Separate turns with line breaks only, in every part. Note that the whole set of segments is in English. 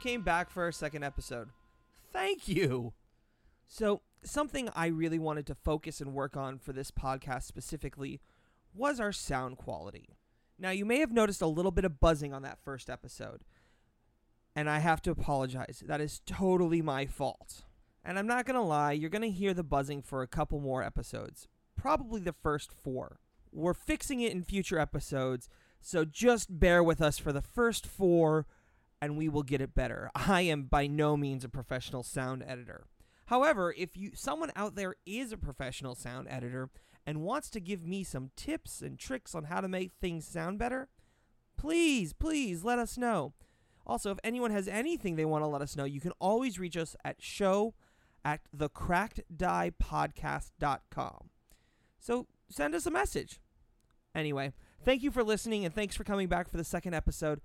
came back for our second episode. Thank you. So, something I really wanted to focus and work on for this podcast specifically was our sound quality. Now, you may have noticed a little bit of buzzing on that first episode. And I have to apologize. That is totally my fault. And I'm not going to lie, you're going to hear the buzzing for a couple more episodes, probably the first four. We're fixing it in future episodes, so just bear with us for the first four and we will get it better. I am by no means a professional sound editor. However, if you someone out there is a professional sound editor and wants to give me some tips and tricks on how to make things sound better, please, please let us know. Also, if anyone has anything they want to let us know, you can always reach us at show at thecrackeddiepodcast.com. So send us a message. Anyway, thank you for listening and thanks for coming back for the second episode.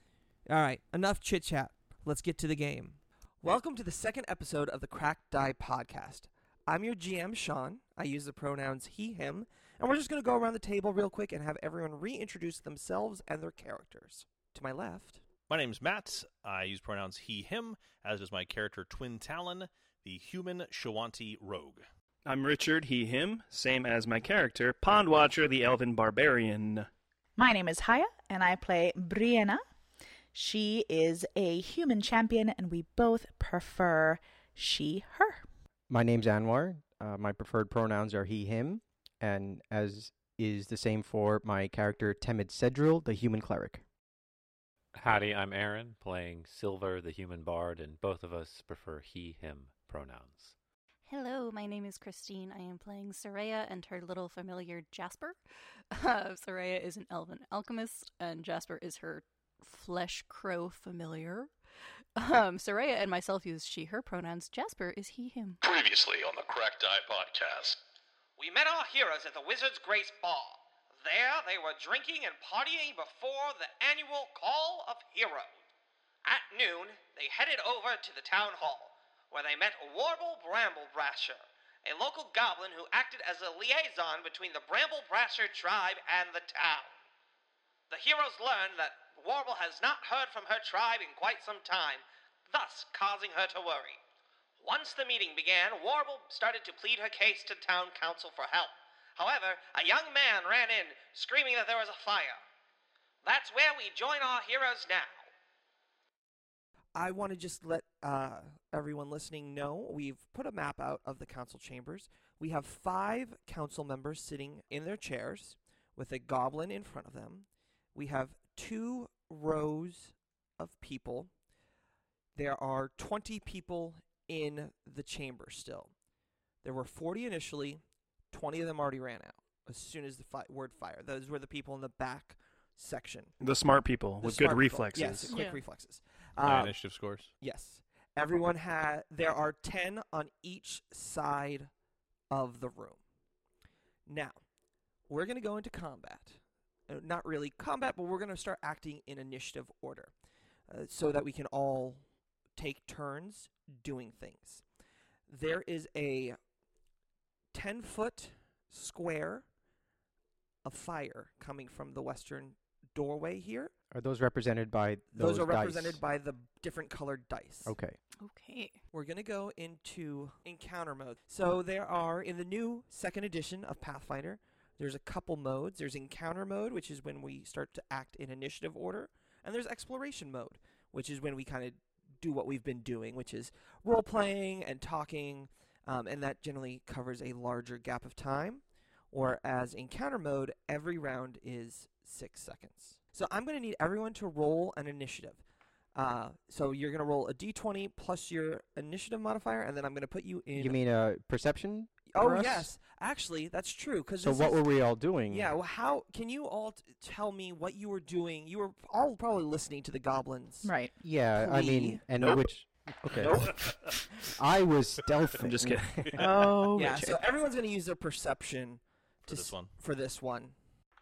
All right, enough chit chat. Let's get to the game. Welcome to the second episode of the Cracked Die Podcast. I'm your GM, Sean. I use the pronouns he, him, and we're just going to go around the table real quick and have everyone reintroduce themselves and their characters. To my left,
My name's Matt. I use pronouns he, him, as does my character Twin Talon, the human Shawanti rogue.
I'm Richard, he, him, same as my character, Pond Watcher, the Elven Barbarian.
My name is Haya, and I play Brianna. She is a human champion, and we both prefer she, her.
My name's Anwar. Uh, my preferred pronouns are he, him, and as is the same for my character Temid Sedril, the human cleric.
Howdy, I'm Aaron, playing Silver, the human bard, and both of us prefer he, him pronouns.
Hello, my name is Christine. I am playing Soraya and her little familiar Jasper. Uh, Soraya is an elven alchemist, and Jasper is her flesh crow familiar. Um, Soraya and myself use she, her pronouns. Jasper is he, him.
Previously on the Cracked Eye Podcast.
We met our heroes at the Wizard's Grace Bar. There, they were drinking and partying before the annual Call of Hero. At noon, they headed over to the town hall, where they met Warble Bramble Brasher, a local goblin who acted as a liaison between the Bramble Brasher tribe and the town. The heroes learned that Warble has not heard from her tribe in quite some time, thus causing her to worry. Once the meeting began, Warble started to plead her case to town council for help. However, a young man ran in, screaming that there was a fire. That's where we join our heroes now. I want to just let uh, everyone listening know we've put a map out of the council chambers. We have five council members sitting in their chairs with a goblin in front of them. We have two rows of people. There are 20 people in the chamber still. There were 40 initially, 20 of them already ran out as soon as the fi- word fire. Those were the people in the back section.
The smart people
The
with
smart
good
people.
reflexes.
Yes, quick
Yeah.
reflexes.
High
Um,
initiative scores.
yes. Everyone had, there are 10 on each side of the room. Now, we're going to go into combat. Uh, not really combat, but we're going to start acting in initiative order uh, so that we can all take turns doing things. There is a 10 foot square of fire coming from the western doorway here.
Are those represented by
Those,
those,
are represented
dice?
by the different colored dice.
Okay.
Okay.
We're going to go into encounter mode. So there are in the new second edition of Pathfinder, there's a couple modes. There's encounter mode, which is when we start to act in initiative order, and there's exploration mode, which is when we kind of do what we've been doing, which is role playing and talking, um, and that generally covers a larger gap of time. Or as encounter mode, every round is six seconds. So I'm going to need everyone to roll an initiative. Uh, so you're gonna roll a d20 plus your initiative modifier, and then I'm gonna put you in.
You mean uh, perception?
oh
for us?
yes, actually that's true. Because
So what were we all doing?
Yeah. Well, how can you all t- tell me what you were doing? You were all probably listening to the goblins.
Right.
Yeah. I
Plea.
mean, and
Nope.
which? Okay. I was stealthy.
I'm just kidding.
Oh,
Yeah. So everyone's gonna use their perception to
For this
s-
one.
For this one.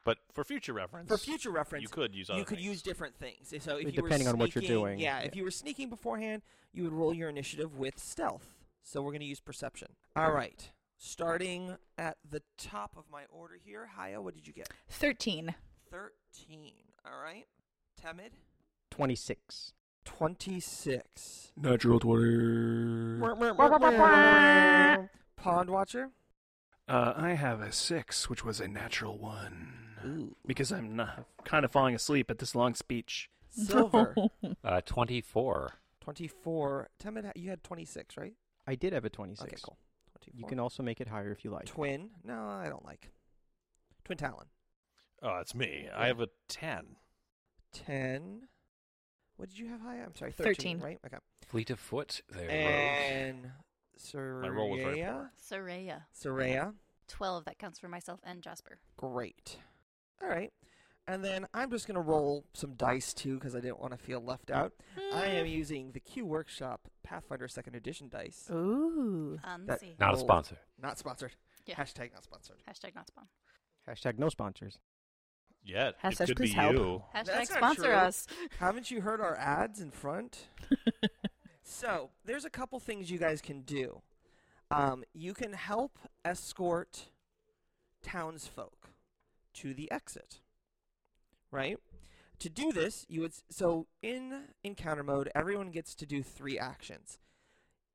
But for future reference,
For future reference,
you could use other
you could
things.
use different things. So if you were
Depending on what you're
sneaking-
doing.
yeah,
Yeah.
If you were sneaking beforehand, you would roll your initiative with stealth. So we're going to use perception. All right. Starting at the top of my order here, Haya, what did you get?
13.
Thirteen. All right. Temid.
Twenty-six.
26.
Natural 20.
Pond Watcher?
Uh, I have a 6, which was a natural 1.
Ooh.
Because I'm not, kind of falling asleep at this long speech.
Silver?
Uh, 24.
24. Temid, ha- you had 26, right?
I did have a 26.
Okay, cool. 24.
You can also make it higher if you like.
Twin? No, I don't like. Twin Talon.
Oh, it's me. I have a 10.
10. What did you have high? I'm sorry, 13,
Thirteen.
right? Okay.
Fleet of foot there, Rogue.
And Soraya.
roll was very poor.
Soraya.
Soraya.
12. That counts for myself and Jasper.
Great. All right. And then I'm just going to roll some dice too because I didn't want to feel left out.
Hmm.
I am using the Q Workshop Pathfinder 2nd Edition dice.
Ooh.
Fancy.
Not a
Rolled.
sponsor.
Not sponsored.
Um, Yeah.
Hashtag not sponsored.
Hashtag not spawn.
Hashtag no sponsors.
Yeah, it-
Hashtag
it could be
please help.
you.
Hashtag
That's not
sponsor
true.
us.
Haven't you heard our ads in front? So, there's a couple things you guys can do. Um, you can help escort townsfolk to the exit, right? To do this, you would s- so in encounter mode, everyone gets to do three actions.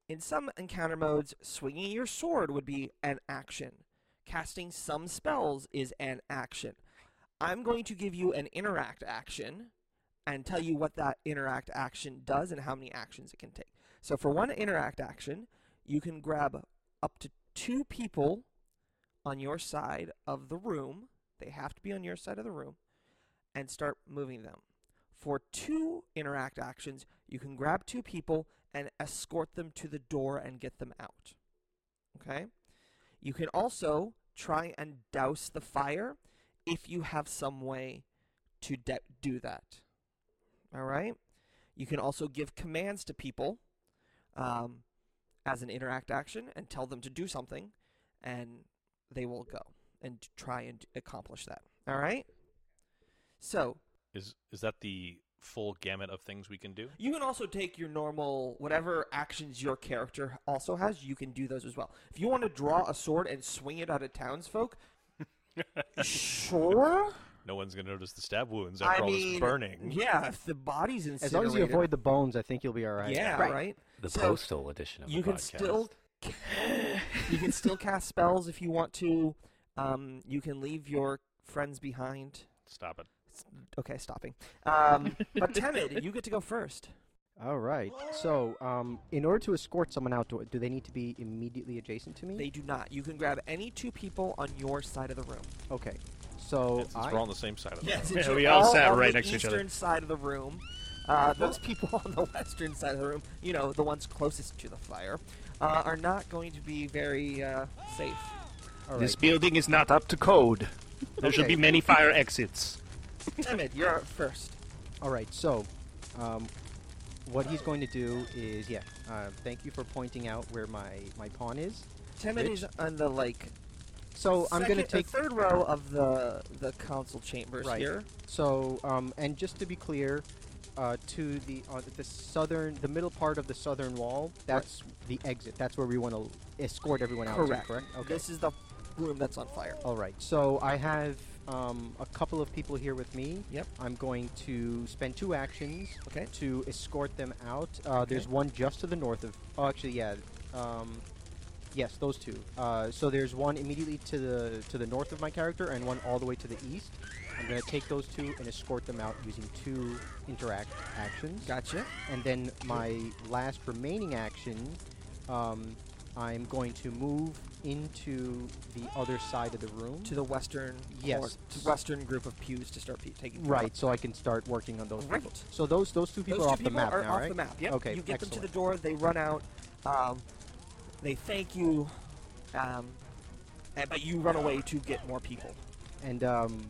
In some encounter modes, swinging your sword would be an action. Casting some spells is an action. I'm going to give you an interact action and tell you what that interact action does and how many actions it can take. So for one interact action, you can grab up to two people on your side of the room. They have to be on your side of the room and start moving them. For two interact actions, you can grab two people and escort them to the door and get them out. Okay? You can also try and douse the fire if you have some way to de- do that. All right. You can also give commands to people um, as an interact action and tell them to do something, and they will go and t- try and accomplish that. All right. So
Is is that the full gamut of things we can do?
you can also take your normal whatever actions your character also has. You can do those as well. If you want to draw a sword and swing it out at townsfolk, sure.
No one's going to notice the stab wounds after all this burning.
Yeah, if the body's incinerated.
As long as you avoid the bones, I think you'll be all right.
Yeah,
Right.
right.
The
So-
postal edition of
you
the
can
podcast.
still you can still cast spells if you want to. Um, you can leave your friends behind.
Stop it.
S- Okay, stopping. Um, but Temid, you get to go first.
All right. So, um, in order to escort someone out, do, do they need to be immediately adjacent to me?
They do not. You can grab any two people on your side of the room.
Okay. So
And since
Oh, I,
we're all on the same side of the room.
since
Yeah, we
you're
all sat
on
right
the
next to each other.
Eastern side of the room. Uh, those people on the western side of the room, you know, the ones closest to the fire, uh, are not going to be very uh, safe.
all
This
right.
building is not up to code. There should
Okay.
be many fire exits.
Temid, you're up first.
All right. So, um, what he's going to do is, yeah. Uh, thank you for pointing out where my my pawn is.
Temid is on the like
So
Oh,
i I'm going to
Second or
take.
third row of the the council chambers
Right.
here.
So, um, and just to be clear, uh, to the on the southern, the middle part of the southern wall. That's the exit. That's where we want to escort everyone out. To, correct. Okay.
This is the room that's on fire.
All right. So I have um, a couple of people here with me.
Yep.
I'm going to spend two actions
Okay.
to escort them out. Uh, There's
Okay.
one just to the north of. Oh, actually, yeah. Um, yes, those two. Uh, so there's one immediately to the to the north of my character, and one all the way to the east. I'm going to take those two and escort them out using two interact actions.
Gotcha.
And then my last remaining action, um, I'm going to move into the other side of the room.
To the western
Yes.
cor- to western group of pews to start pe- taking. people
right,
out.
so I can start working on those.
Great.
people. So those those two people
Those
are
two
off
people
the map
are
now,
off
right?
the map. Yep.
Okay.
You get them to
excellent.
the door. They run out. Um, they thank you, um, and, but you run away to get more people.
And um,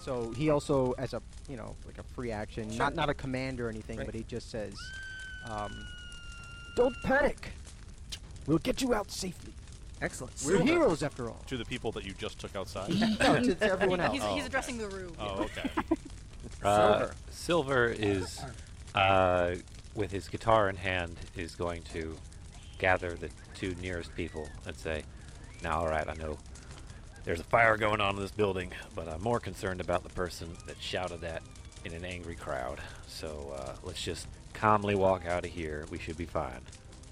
so he also, as a you know, like a free action,
Sure.
not not a command or anything,
Right.
but he just says, um, "Don't panic. We'll get you out safely.
Excellent.
We're
Silver.
heroes after all."
To the people that you just took outside.
no, to, to everyone else.
He's,
Oh,
he's addressing the room.
Oh, okay.
Uh, Silver is, uh, with his guitar in hand, is going to gather the two nearest people and say, "Now, all right, I know there's a fire going on in this building, but I'm more concerned about the person that shouted at in an angry crowd. So uh, let's just calmly walk out of here. We should be fine.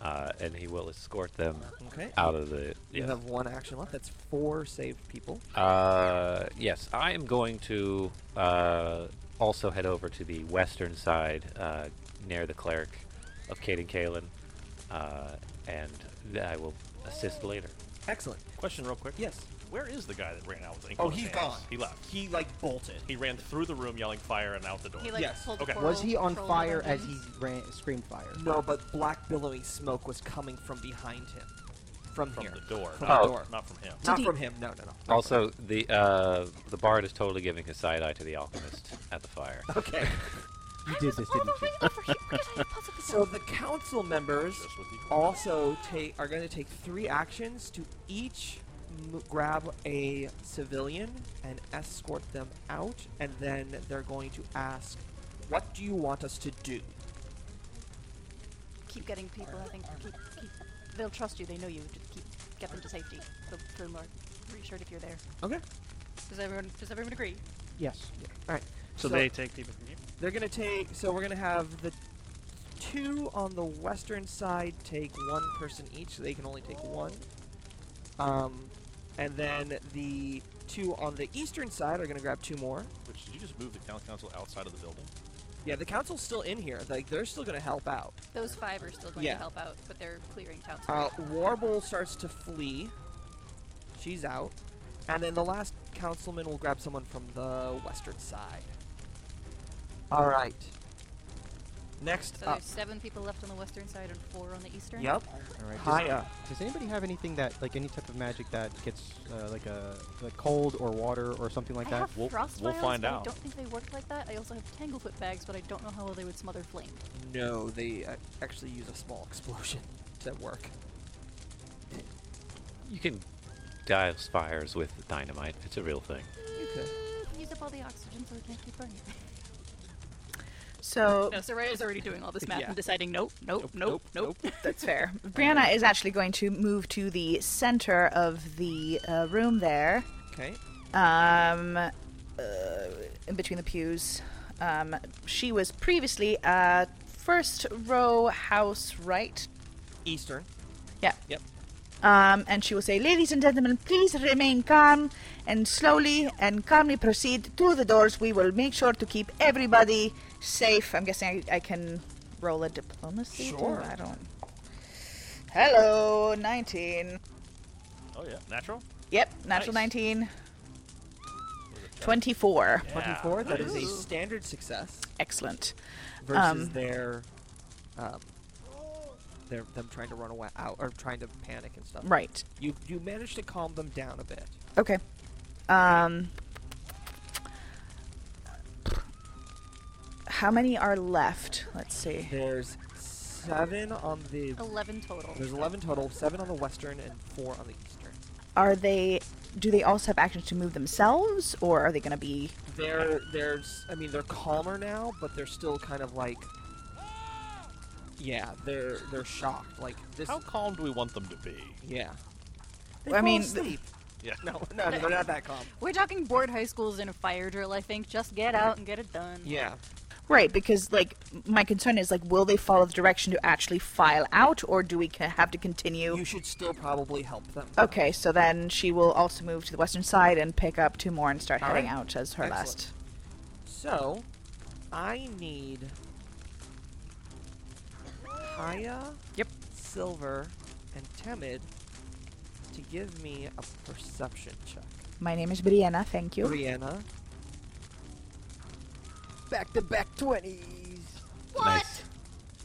Uh, and he will escort them
Okay.
uh,
out of the.
You
yeah.
have one action left. That's four saved people.
Uh, yes, I am going to uh, also head over to the western side uh, near the cleric of Caden Kalen, uh, and th- I will assist later.
Excellent.
Question, real quick.
Yes.
Where is the guy that ran out with the ink
Oh,
on his
he's
hands?
gone.
He left.
He like bolted.
He ran through the room yelling fire and out the door.
He like
Yes.
pulled
Okay.
coral
Was he on
control
fire
over
as
him.
he ran, screamed fire?
No, but black billowing smoke was coming from behind him. From,
from
here.
the door. Oh.
From
not,
Oh.
the door.
not from him.
Not from him. No, no, no. Not from
Also, the uh, the bard is totally giving his side eye to the alchemist at the fire.
him. Okay.
You did this, didn't you?
So the council members
Just with the-
also take are going to take three actions to each m- grab a civilian and escort them out, and then they're going to ask, "What do you want us to do?"
Keep getting people. I think keep, keep. They'll trust you. They know you. Just keep get them to safety. They'll feel more reassured if you're there.
Okay.
Does everyone Does everyone agree?
Yes.
All right.
So, they take people from here.
They're gonna take. So we're gonna have the two on the western side take one person each, so they can only take one. Um, and then the two on the eastern side are gonna grab two more.
Which did you just move the town council outside of the building?
Yeah, the council's still in here. Like they're still gonna help out.
Those five are still going
Yeah.
to help out, but they're clearing town.
Uh,
square.
Warble starts to flee. She's out. And then the last councilman will grab someone from the western side. All right. Next
so
up.
there's seven people left on the western side and four on the eastern.
uh, Yep.
All right. Does,
Hiya.
uh, does anybody have anything that, like, any type of magic that gets, uh, like, a like cold or water or something like
I
that?
have
We'll-
frost
we'll
vials,
find
but
out.
I don't think they work like that. I also have tanglefoot bags, but I don't know how well they would smother flame.
No, they uh, actually use a small explosion to work.
You can douse fires with dynamite. It's a real thing.
You could.
Use up all the oxygen so we can't keep burning.
Oh.
So
No, Soraya's already doing all this math
Yeah.
and deciding nope, nope, nope, nope.
That's fair. Brianna is actually going to move to the center of the uh, room there,
Okay.
um, uh, in between the pews. Um, she was previously uh, first row house right.
Eastern.
Yeah.
Yep.
Um, and she will say, Ladies and gentlemen, please remain calm and slowly and calmly proceed to the doors. We will make sure to keep everybody safe. I'm guessing I, I can roll a diplomacy. do
Sure.
I don't. Hello, 19.
Oh yeah, natural.
Yep, natural
Nice.
19. 24.
Yeah.
24. That is a standard success
Excellent.
versus
Um,
their, um, their them trying to run away out or trying to panic and stuff.
Right.
You you managed to calm them down a bit.
Okay. Um How many are left? Let's see.
There's seven on the.
Eleven total.
There's 11 total. Seven on the western and four on the eastern.
Are they do they also have actions to move themselves or are they going to be
They're they're s- I mean they're calmer now, but they're still kind of like yeah they're they're shocked like this
How calm do we want them to be?
yeah. They
I
fall
mean,
asleep.
Yeah.
no, no, they're not that calm.
We're talking board high schools in a fire drill, I think. Just get out and get it done.
Yeah,
Right, because like my concern is like will they follow the direction to actually file out or do we ca- have to continue?
you should still probably help them.
Okay, so then she will also move to the western side and pick up two more and start
All
heading
right.
out as her
Excellent.
last.
So, I need Kaya,
Yep.
Silver, and Temid to give me a perception check.
My name is Brianna, thank you.
Brianna, back to back twenties.
Nice.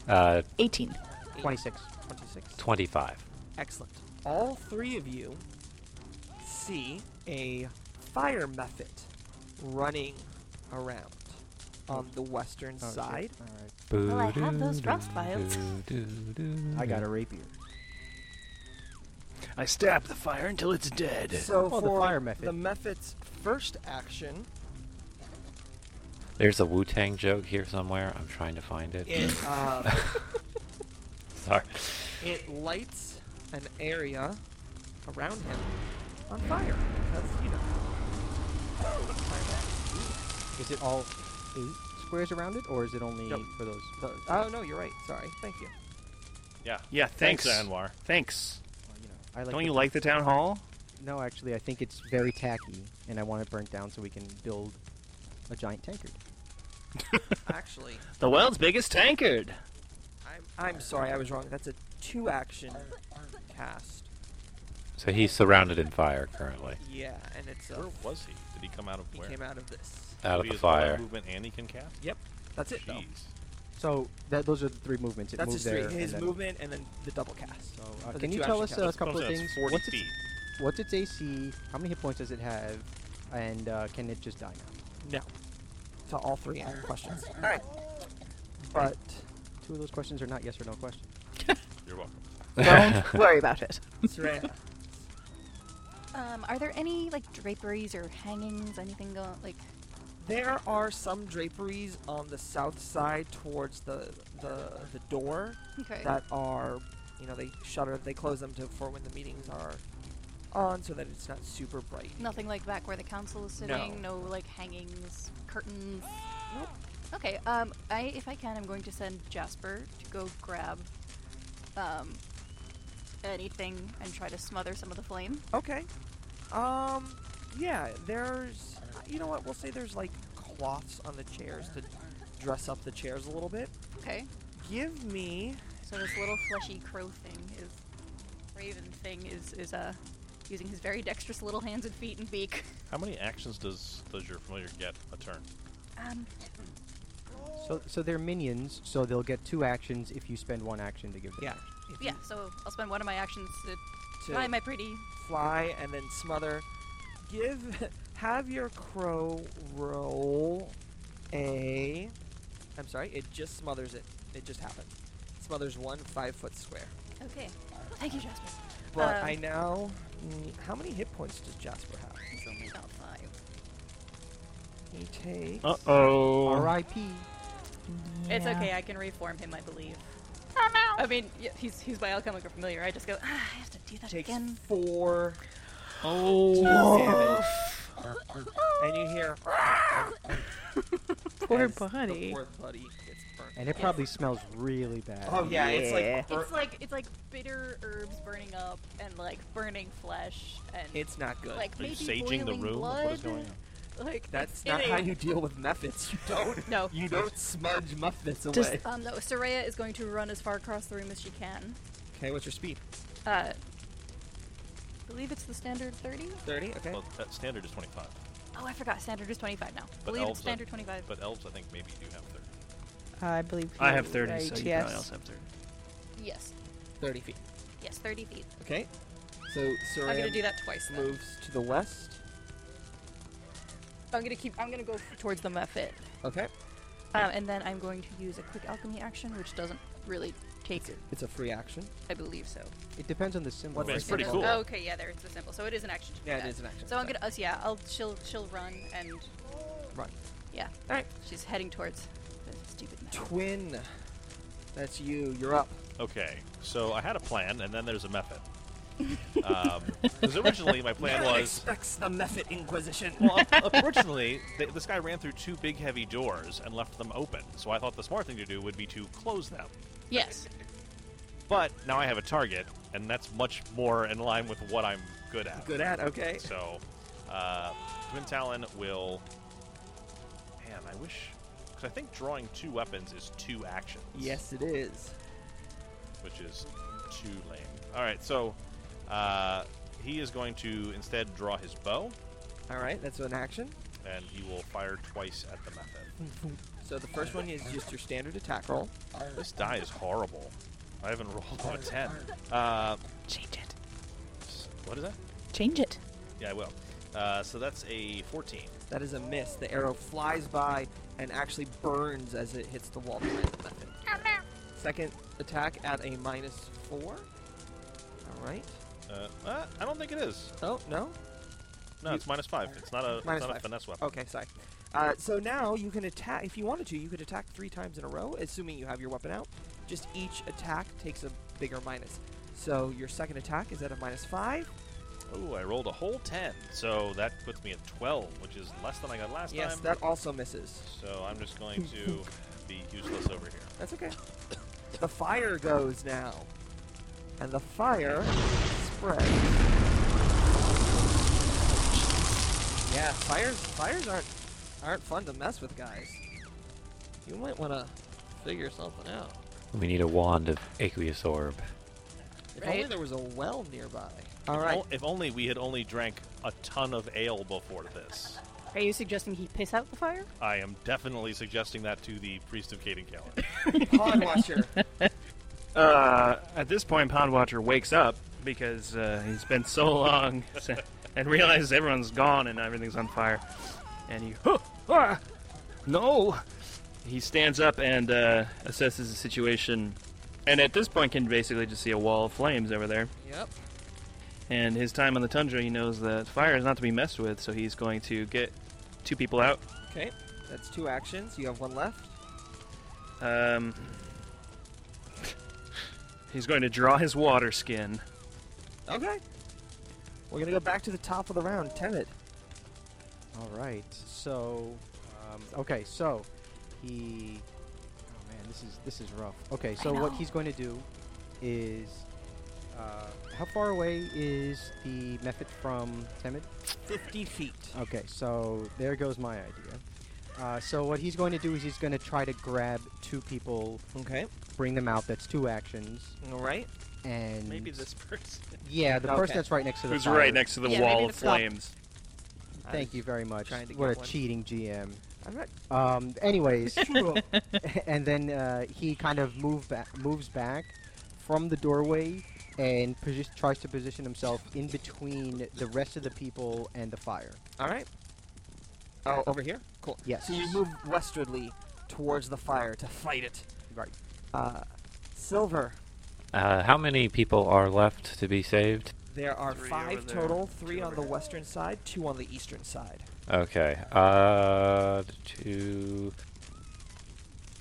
Uh,
18.
26.
26.
25.
Excellent. All three of you see a fire method running around on the western
Oh, shit.
side.
All right.
Well, I have those frost vials.
I got a rapier.
I stab the fire until it's dead.
So
Well,
for
Oh, the fire method.
the method's first action,
There's a Wu Tang joke here somewhere. I'm trying to find it.
it uh,
Sorry.
it lights an area around him on fire. Because you know.
Is it all eight squares around it, or is it only
Yep.
for those?
Th- Oh no, you're right. Sorry. Thank you.
Yeah.
Yeah, thanks.
Anwar.
Thanks.
Well, you know, I like
Don't
the-
you like the town hall?
No, actually, I think it's very tacky, and I want it burnt down so we can build a giant tankard.
Actually,
The world's biggest tankard.
I'm I'm sorry. I was wrong. That's a two-action cast.
So he's surrounded in fire currently.
Yeah, and it's a.
Where was he? Did he come out of
He
where?
came out of this.
Out
So
of
he
the
has all that
fire.
Movement and he can cast.
Yep. That's it. Though.
Jeez.
So that those are the three movements. It
That's
moved
his three.
there. and
His
then-
movement and then the double cast.
So,
Or
uh,
the
can you
two
tell us
action
a
cast.
couple
So
of
that's
things?
40
What's
feet.
its, what's its AC? How many hit points does it have? And uh, can it just die now?
No. To all three uh, questions. All right. But
Two of those questions are not yes or no questions.
You're welcome.
Don't worry about it.
Soraya,
Um, are there any like draperies or hangings, anything going like?
there are some draperies on the south side towards the the the door
Okay.
that are, you know, they shutter, they close them to for when the meetings are on, so that it's not super bright.
Nothing like back where the council is sitting. No, like hangings, curtains.
Nope.
Okay. Um, I if I can, I'm going to send Jasper to go grab, um, anything and try to smother some of the flame.
Okay. Um. Yeah. There's. uh, You know what? We'll say there's like cloths on the chairs to dress up the chairs a little bit.
Okay.
Give me.
So this little fleshy crow thing is, raven thing is is uh, using his very dexterous little hands and feet and beak.
How many actions does does your familiar get a turn?
Um,
So, so they're minions, so they'll get two actions if you spend one action to give them.
Yeah. if
yeah.
you
So I'll spend one of my actions to
To
buy my pretty.
fly and then smother. Give. Have your crow roll a. I'm sorry. It just smothers it. It just happened. Smothers one five foot square.
Okay. Thank you, Jasper.
But
Um,
I now. mm, How many hit points does Jasper have?
It's only about five.
He takes.
Uh oh.
R.I.P.
It's okay. I can reform him. I believe. I mean, yeah, he's he's my alchemical familiar. I just go. Ah, I have to do that
takes
again.
four.
Oh.
And you hear.
Poor
as The
buddy.
poor buddy gets burnt.
And it probably smells really bad.
oh yeah, it's
Yeah.
like bur-
It's like it's like bitter herbs burning up and like burning flesh and
it's not good.
like
Are you
maybe
saging the
boiling
room?
blood.
What is going on?
Like
That's
it's
not
in
how
a-
you deal with methods. You don't.
No.
You don't smudge methods away.
Just-
Um, no, Soraya is going to run as far across the room as she can.
okay, what's your speed?
Uh, believe it's the standard 30?
Thirty. Okay.
Well, that standard is 25.
Oh, I forgot. Standard is 25 now.
But
believe
elves
it's
are-
standard 25.
But elves, I think maybe do have 30.
I believe.
I have
you're
30,
right,
so you
yes.
probably also have 30.
Yes.
Thirty feet.
Yes, 30 feet.
Okay. So Soraya
I'm going to do that twice. Then.
moves to the west.
I'm going to keep. I'm going to go f- towards the Mephit.
Okay.
Um, and then I'm going to use a quick alchemy action, which doesn't really take it.
It's a free action.
I believe so.
It depends on the symbol.
What's the
right?
It's pretty
Symbol.
cool.
Oh, okay, yeah, there. It's the symbol. So it is an action. To do
Yeah, it
that.
is an action.
So I'm
Sorry.
gonna. Us, yeah. I'll. She'll. She'll run and.
Run.
Yeah.
All right.
She's heading towards the stupid. Mephit.
Twin. That's you. You're up.
Okay, so I had a plan, and then there's a method. Because originally my plan was
expects the Method Inquisition.
well, o- originally th- this guy ran through two big heavy doors and left them open. So I thought the smart thing to do would be to close them.
Yes.
But now I have a target, and that's much more in line with what I'm good at.
Good at. Okay.
So, uh, Twin Talon will. Man, I wish. Because I think drawing two weapons is two actions.
Yes, it is.
Which is too lame. Alright, so uh, he is going to instead draw his bow,
All right. That's an action.
and he will fire twice at the method.
So the first one is just your standard attack roll.
This die is horrible. I haven't rolled on a 10. Uh,
Change it.
what is that?
Change it.
Yeah, I will. Uh, so that's a 14.
That is a miss. The arrow flies by and actually burns as it hits the wall behind the method. Second attack at a minus four. All right.
Uh, uh, I don't think it is.
Oh no.
No, it's minus 5. It's not a, it's
Minus
not a
five.
finesse weapon.
Okay, sorry. Uh, so now you can attack if you wanted to. You could attack three times in a row, assuming you have your weapon out. Just each attack takes a bigger minus. So your second attack is at a minus five.
Oh, I rolled a whole 10. So that puts me at 12, which is less than I got last
yes,
time.
that also misses.
So I'm just going to be useless over here.
That's okay. The fire goes now. And the fire spreads. Yeah, fires fires aren't aren't fun to mess with, guys. You might want to figure something out.
We need a wand of aqueous orb.
If only
Right.
there was a well nearby.
If
All
o-
right.
If only we had only drank a ton of ale before this.
Are you suggesting he piss out the fire?
I am definitely suggesting that to the priest of Caden Callan.
Pond washer.
Uh, at this point, Pondwatcher wakes up because uh, he's been so long s- and realizes everyone's gone and everything's on fire. And he, "Huh, ah, no! He stands up and uh, assesses the situation. And at this point, can basically just see a wall of flames over there.
Yep.
And his time on the tundra, he knows that fire is not to be messed with, so he's going to get two people out.
Okay. That's two actions. You have one left.
Um, he's going to draw his water skin.
Okay. We're gonna go back to the top of the round. Tenet.
All right. So, um, okay. So, he. Oh man, this is this is rough. Okay. So what
know.
he's going to do is, uh, how far away is the method from Temid?
Fifty feet.
Okay. So there goes my idea. Uh, so what he's going to do is he's going to try to grab two people,
Okay.
bring them out. That's two actions,
All right.
and
Maybe this person.
yeah, the
Okay.
person that's right next to the
Who's
fire.
right next to the
Yeah, maybe
wall of
it's not-
flames.
I
Thank
was-
you very much.
trying to
What
get
a
one.
cheating GM.
I'm not.
Um, anyways, and then uh, he kind of move back, moves back from the doorway and posi- tries to position himself in between the rest of the people and the fire.
All right. Oh, over here. Cool.
Yes.
So you move westwardly towards the fire to fight it.
Right.
Uh, Silver.
Uh, how many people are left to be saved?
There are
Three
five
over there,
total: three
two
on
over
the
here.
western side, two on the eastern side.
Okay. Uh, two.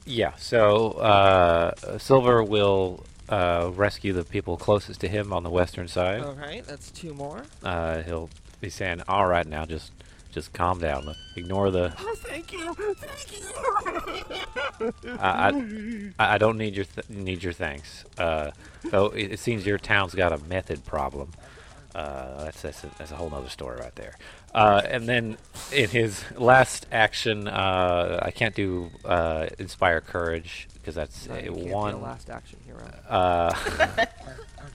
Yeah. So uh, Silver will uh, rescue the people closest to him on the western side.
All right, that's two more.
Uh, he'll be saying, "All right, now just just calm down. Look, Ignore the.
Oh, thank you, thank you.
I, I, I don't need your th- need your thanks. Uh, so it, it seems your town's got a method problem. Uh, that's that's a, that's a whole nother story right there. Uh, and then in his last action, uh, I can't do uh, inspire courage because that's
No,
a
you can't be a
one.
last action hero.
Uh,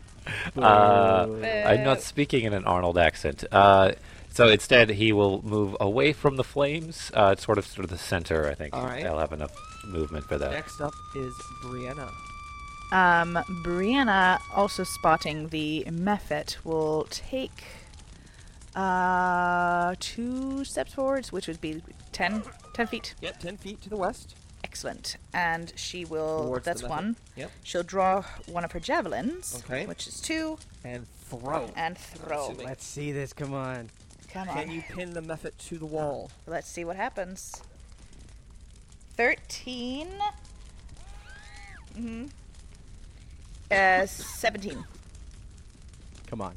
uh, I'm not speaking in an Arnold accent. Uh, so instead, he will move away from the flames, uh, sort of sort of the center. I think
All right.
they'll have enough movement for that.
Next up is Brianna.
Um, Brianna, also spotting the method, will take uh, two steps forwards, which would be 10, 10 feet.
Yep, ten feet to the west.
Excellent. And she will.
Towards the
that's
Mephit.
one.
Yep.
She'll draw one of her javelins,
Okay.
which is two,
And throw.
and throw.
Assuming-
Let's see this. Come on.
Come on.
Can you pin the method to the wall?
Let's see what happens. 13. hmm Uh, 17.
Come on.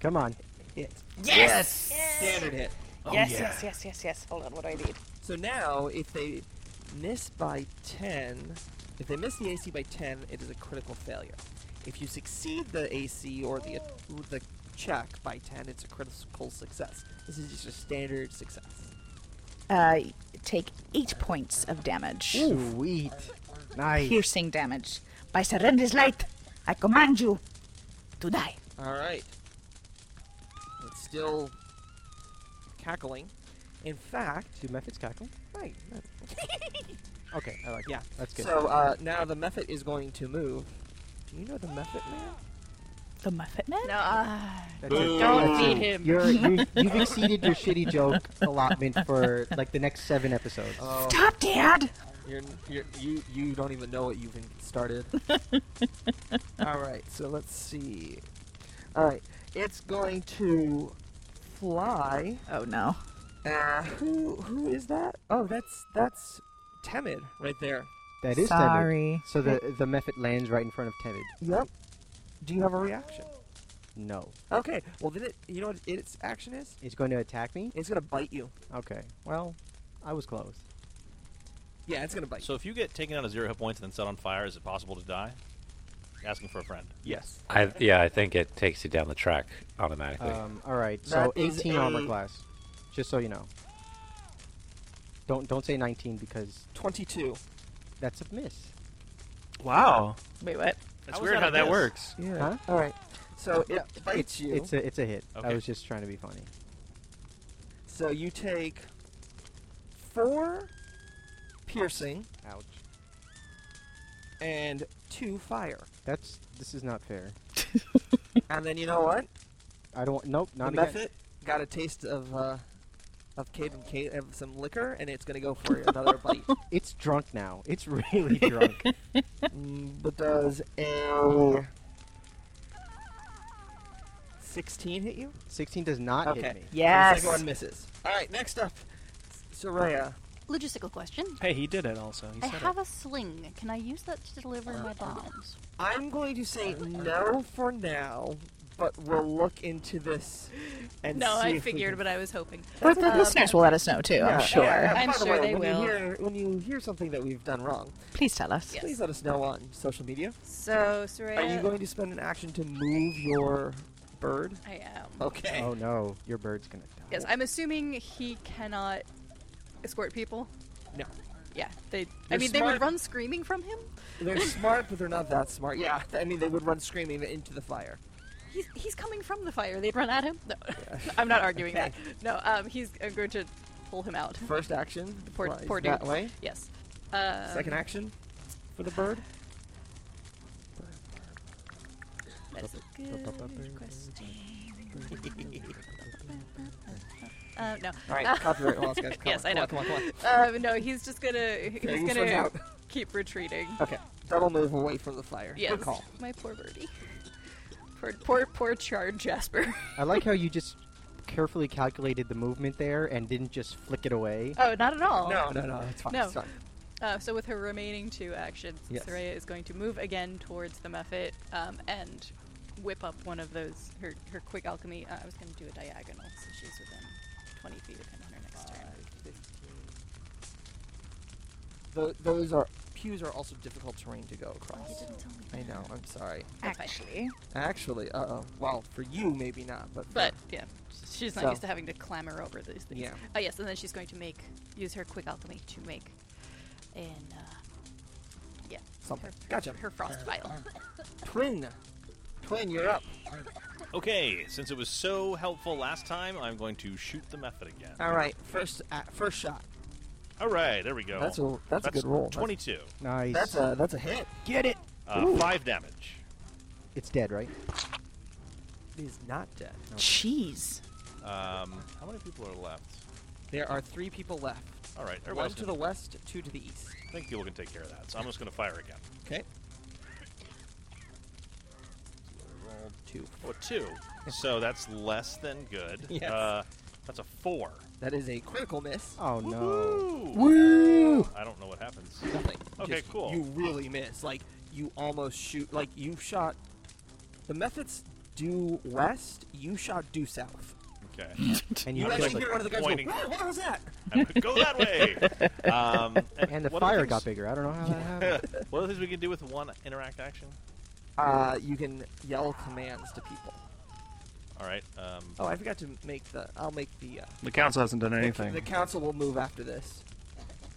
Come on.
Hit.
Yes!
Standard hit.
Yes, yes, yes, yes, yes. Hold on, what do I need?
So now, if they miss by 10, if they miss the AC by 10, it is a critical failure. If you succeed the AC or the the check by 10, it's a critical success. This is just a standard success.
Uh, take 8 points of damage.
Sweet. Nice.
Piercing damage. By Serenda's light, I command you to die.
All right. It's still cackling. In fact,
Do methods cackle?
right. no.
Okay. I like. it.
Yeah.
That's good.
So uh, now the method is going to move. Do you know the method man?
The Muffet Man?
No,
uh,
That's it.
don't
That's it.
feed him.
You're, you you've exceeded your shitty joke allotment for like the next seven episodes.
Oh,
Stop, Dad!
You're, you're, you you don't even know what you've even started. All right, so let's see. All right, it's going to fly.
Oh no.
Uh, who who is that? Oh, that's that's Temid right there.
That is
Sorry.
Temid. So the the method lands right in front of Temid.
Yep. Do you have a reaction?
No.
Okay. Well, then it, you know what its action is?
It's going to attack me?
It's gonna bite you.
Okay. Well, I was close.
Yeah, it's gonna bite.
So if you get taken out of zero hit points and then set on fire, is it possible to die? Asking for a friend.
Yes.
I yeah, I think it takes you down the track automatically.
Uh,
Um, all right. So
That is
18 armor
a-
class. Just so you know. Don't don't say 19 because
you. Twenty-two.
that's a miss.
Wow.
Wait, what?
That's
How is
weird
that
how
a
that
miss?
works.
Yeah.
Huh?
All right. So it bites you.
It's a it's a hit. I
Okay.
was just trying to be funny.
so you take four piercing
Ouch.
and two fire.
That's this is not fair.
And then you know what?
I don't. Nope. Not
the
again.
Mephit got a taste of uh, of Cade and Cade of some liquor, and it's gonna go for another bite.
It's drunk now. It's really drunk.
Mm, But does a sixteen hit you?
16 does not
Okay.
hit me.
The
Yes.
second one misses. All right. Next up, Soraya.
Logistical question.
Hey, he did it also. He
I
said
have a sling. Can I use that to deliver
Uh,
my bombs?
I'm going to say no for now, but we'll look into this and
No,
see
I
if we
figured,
can-
but I was hoping.
But the listeners will let us know too,
Yeah,
I'm
yeah,
sure.
yeah.
I'm
By the
sure
way,
they
when you
will.
hear- when you hear something that we've done wrong,
Please tell us.
Yes.
please let us know on social media.
So,
Are
Soraya,
you going to spend an action to move your bird?
I am.
Okay.
Oh no, your bird's gonna die.
Yes, I'm assuming he cannot escort people.
No.
Yeah, they. I
You're
mean, they would
smart.
run screaming from him.
They're smart, but they're not that smart. Yeah, I mean, they would run screaming into the fire.
He's, he's coming from the fire. They'd run at him. No, I'm not arguing
Okay.
that. No, um, he's I'm going to pull him out.
First action, the
poor- poor dude.
that way.
Yes. Uh,
Second action for the bird.
That's Um, a good question. Uh, no.
All right,
Uh,
copyright laws, guys. Come
yes,
on,
I
come
know.
on, come on, come on.
Um, no, he's just gonna
Okay,
he's
you switch
gonna
out.
keep retreating.
Okay, double move away from the fire.
Yes,
Good call.
my poor birdie. Poor, poor, poor charred Jasper.
I like how you just carefully calculated the movement there and didn't just flick it away.
oh, not at all.
No, no, no, it's fine.
No.
It's fine.
Uh, so with her remaining two actions,
Yes.
Soraya is going to move again towards the Muffet um, and whip up one of those her her quick alchemy. Uh, I was going to do a diagonal, so she's within 20 feet of him on her next
Uh,
turn.
Tho- those are pews are also difficult terrain to go across. I know. I'm sorry.
That's fine.
Actually,
Actually, uh oh. Well, for you maybe not, but for-
But yeah, sh- she's not
So-
used to having to clamber over these things.
Yeah.
Oh yes, and then she's going to make use her quick alchemy to make an uh, yeah
Something.
Her, her,
Gotcha.
her frost vial.
twin, twin, you're up.
Okay, since it was so helpful last time, I'm going to shoot the method again.
All right, first uh, first shot.
All right, there we go.
That's a that's, a good roll. That's-
Twenty-two.
Nice.
That's, a that's a hit.
Get it.
Uh, five damage.
It's dead, right?
He's not dead.
cheese.
Um, how many people are left?
There are three people left.
All right,
One
everybody's
to the
gonna-
west, two to the east.
I think people can take care of that. So I'm just going to fire again.
Okay.
Roll two. Oh, two. so that's less than good.
Yes.
Uh, that's a four.
That is a critical miss.
Oh no.
Woo! I don't know what happens.
Nothing.
Okay,
Just
cool.
You really miss. Like you almost shoot. Like you shot. The methods due west. You shot due south.
Okay.
And
You
you
actually
like
killed it.
hear one of the guys
pointing.
go, "Whoa, "What was that?"
I'm gonna go that way. Um,
And the
one of
fire got
things-
bigger. I don't know how that happened.
What are the things we can do with one interact action?
Uh, you can yell commands to people.
All right. Um,
Oh, I forgot to make the. I'll make the. Uh,
The council hasn't done
the-
anything.
The, council will move after this.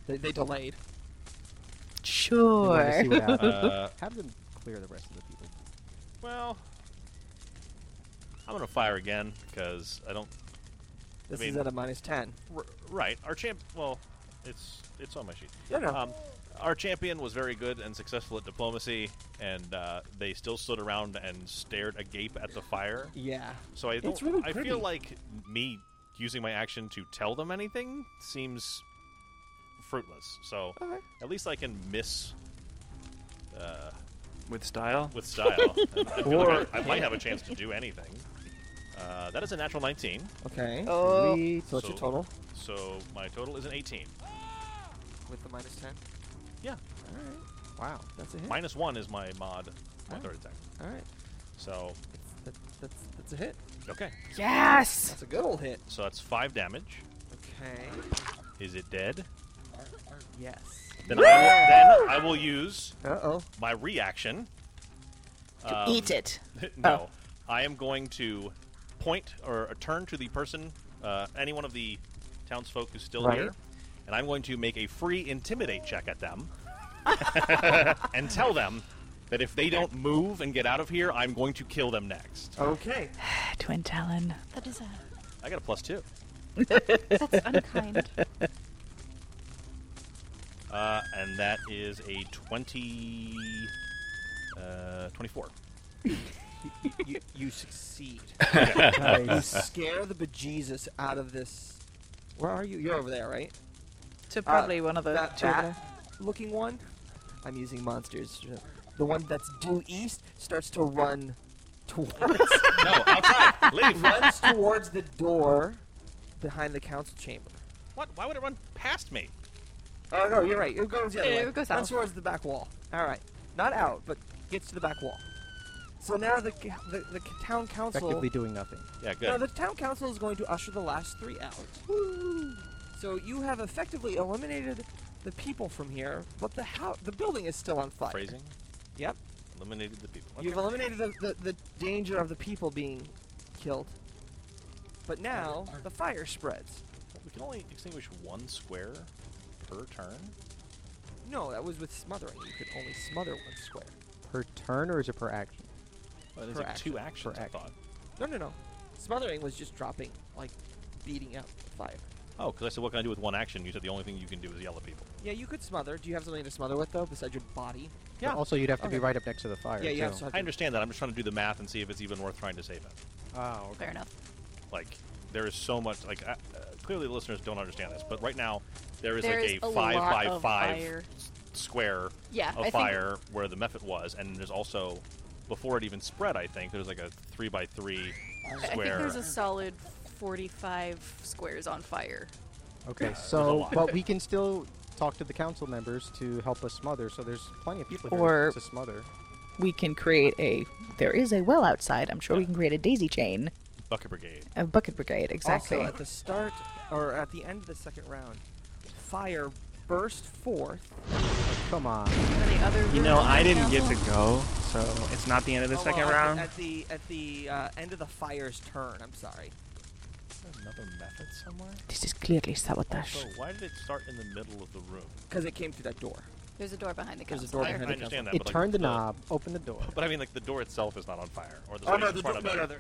They, they delayed.
We wanted to see
Sure.
what happened.
uh,
Have them clear the rest of the people.
well, I'm gonna fire again because I don't.
This
I mean-
is at a minus ten.
R- right. Our champ. Well, it's it's on my sheet.
No, no.
Um, our champion was very good and successful at diplomacy, and uh, they still stood around and stared agape at the fire.
yeah.
So I don't.
really
I
pretty.
feel like me using my action to tell them anything seems fruitless. So
Okay.
at least I can miss uh,
With style?
with style. And I, feel like I, I might have a chance to do anything. Uh, that is a natural 19,
Okay.
Oh.
Sweet.
So what's your
So-
total
so my total is an 18.
with the minus ten?
Yeah,
All right.
Wow.
That's a hit.
minus one is my mod, my
Oh.
third attack.
All right.
So
That, that's that's a hit.
Okay.
Yes!
That's a good old hit.
So that's five damage.
Okay.
Is it dead?
Yes.
Then I will, then I will use
Uh oh.
my reaction. um,
To eat it. Oh.
no, I am going to point or turn to the person, uh, any one of the townsfolk who's still
Right.
here, and I'm going to make a free intimidate check at them and tell them that if they don't move and get out of here, I'm going to kill them next.
Okay.
Twin Talon.
That is uh, a
I got a plus two.
that's unkind.
Uh, and that is a 20. Uh, 24.
you, you succeed.
Okay.
you scare the bejesus out of this. Where are you? You're over there, right?
So
Uh,
probably one of the
that
two. of
bat looking one. I'm using monsters. The one that's due east starts to run towards
no, outside. Leave.
runs towards the door behind the council chamber.
What? Why would it run past me?
Oh no, you're right. It goes the other
Yeah,
way.
it goes
runs
out.
towards the back wall. All right, not out, but gets to the back wall. So now the c- the, the c- town council.
Effectively doing nothing.
Yeah, good.
Now the town council is going to usher the last three out. So you have effectively eliminated the people from here, but the how the building is still on fire.
Phrasing.
Yep.
Eliminated the people.
You've eliminated the, the, the danger of the people being killed. But now the fire spreads.
We can only extinguish one square per turn.
No, that was with smothering. You could only smother one square.
Per turn or is it per action?
Well, there's
Per
like two actions,
per
I
action.
thought.
No, no, no. Smothering was just dropping, like beating out the fire.
Oh, because I said, what can I do with one action? You said the only thing you can do is yell at people.
Yeah, you could smother. Do you have something to smother with though, besides your body?
But also, you'd have to be
Okay.
right up next to the fire.
yeah, you
too.
have to.
I understand that. I'm just trying to do the math and see if it's even worth trying to save it.
Oh, okay.
Fair enough.
Like, there is so much. Like, uh, uh, clearly the listeners don't understand this, but right now there is
There
like
is
a
a
five
lot
by
of
five
fire.
s- square
Yeah, I
of
think-
fire where the method was, and there's also before it even spread. I think there's like a three by three
I think
square.
there's a solid 45 squares on fire.
Okay,
a
so
lot.
but we can still talk to the council members to help us smother. So there's plenty of people here
Or-
to smother.
We can create a. There is a well outside. I'm sure we can create a daisy chain.
Bucket brigade.
A bucket brigade, exactly.
Also, at the start or at the end of the second round, fire burst forth.
Come on.
Are the other
You
rooms
know,
on
I
the
didn't get to
council?
go, so it's not the end of the
Oh,
second
well, at
round.
At the at the uh, end of the fire's turn. I'm sorry.
Is there another method somewhere?
this is clearly sabotage.
So why did it start in the middle of the room?
Because it came through that door.
There's a door behind the
There's a
council.
door
I, I
behind the council.
understand that.
It
but, like,
turned the
the-
knob, opened the door.
But I mean, like the door itself is not on fire, or the
Oh no,
it's
the
part
door,
of
no,
it.
no, there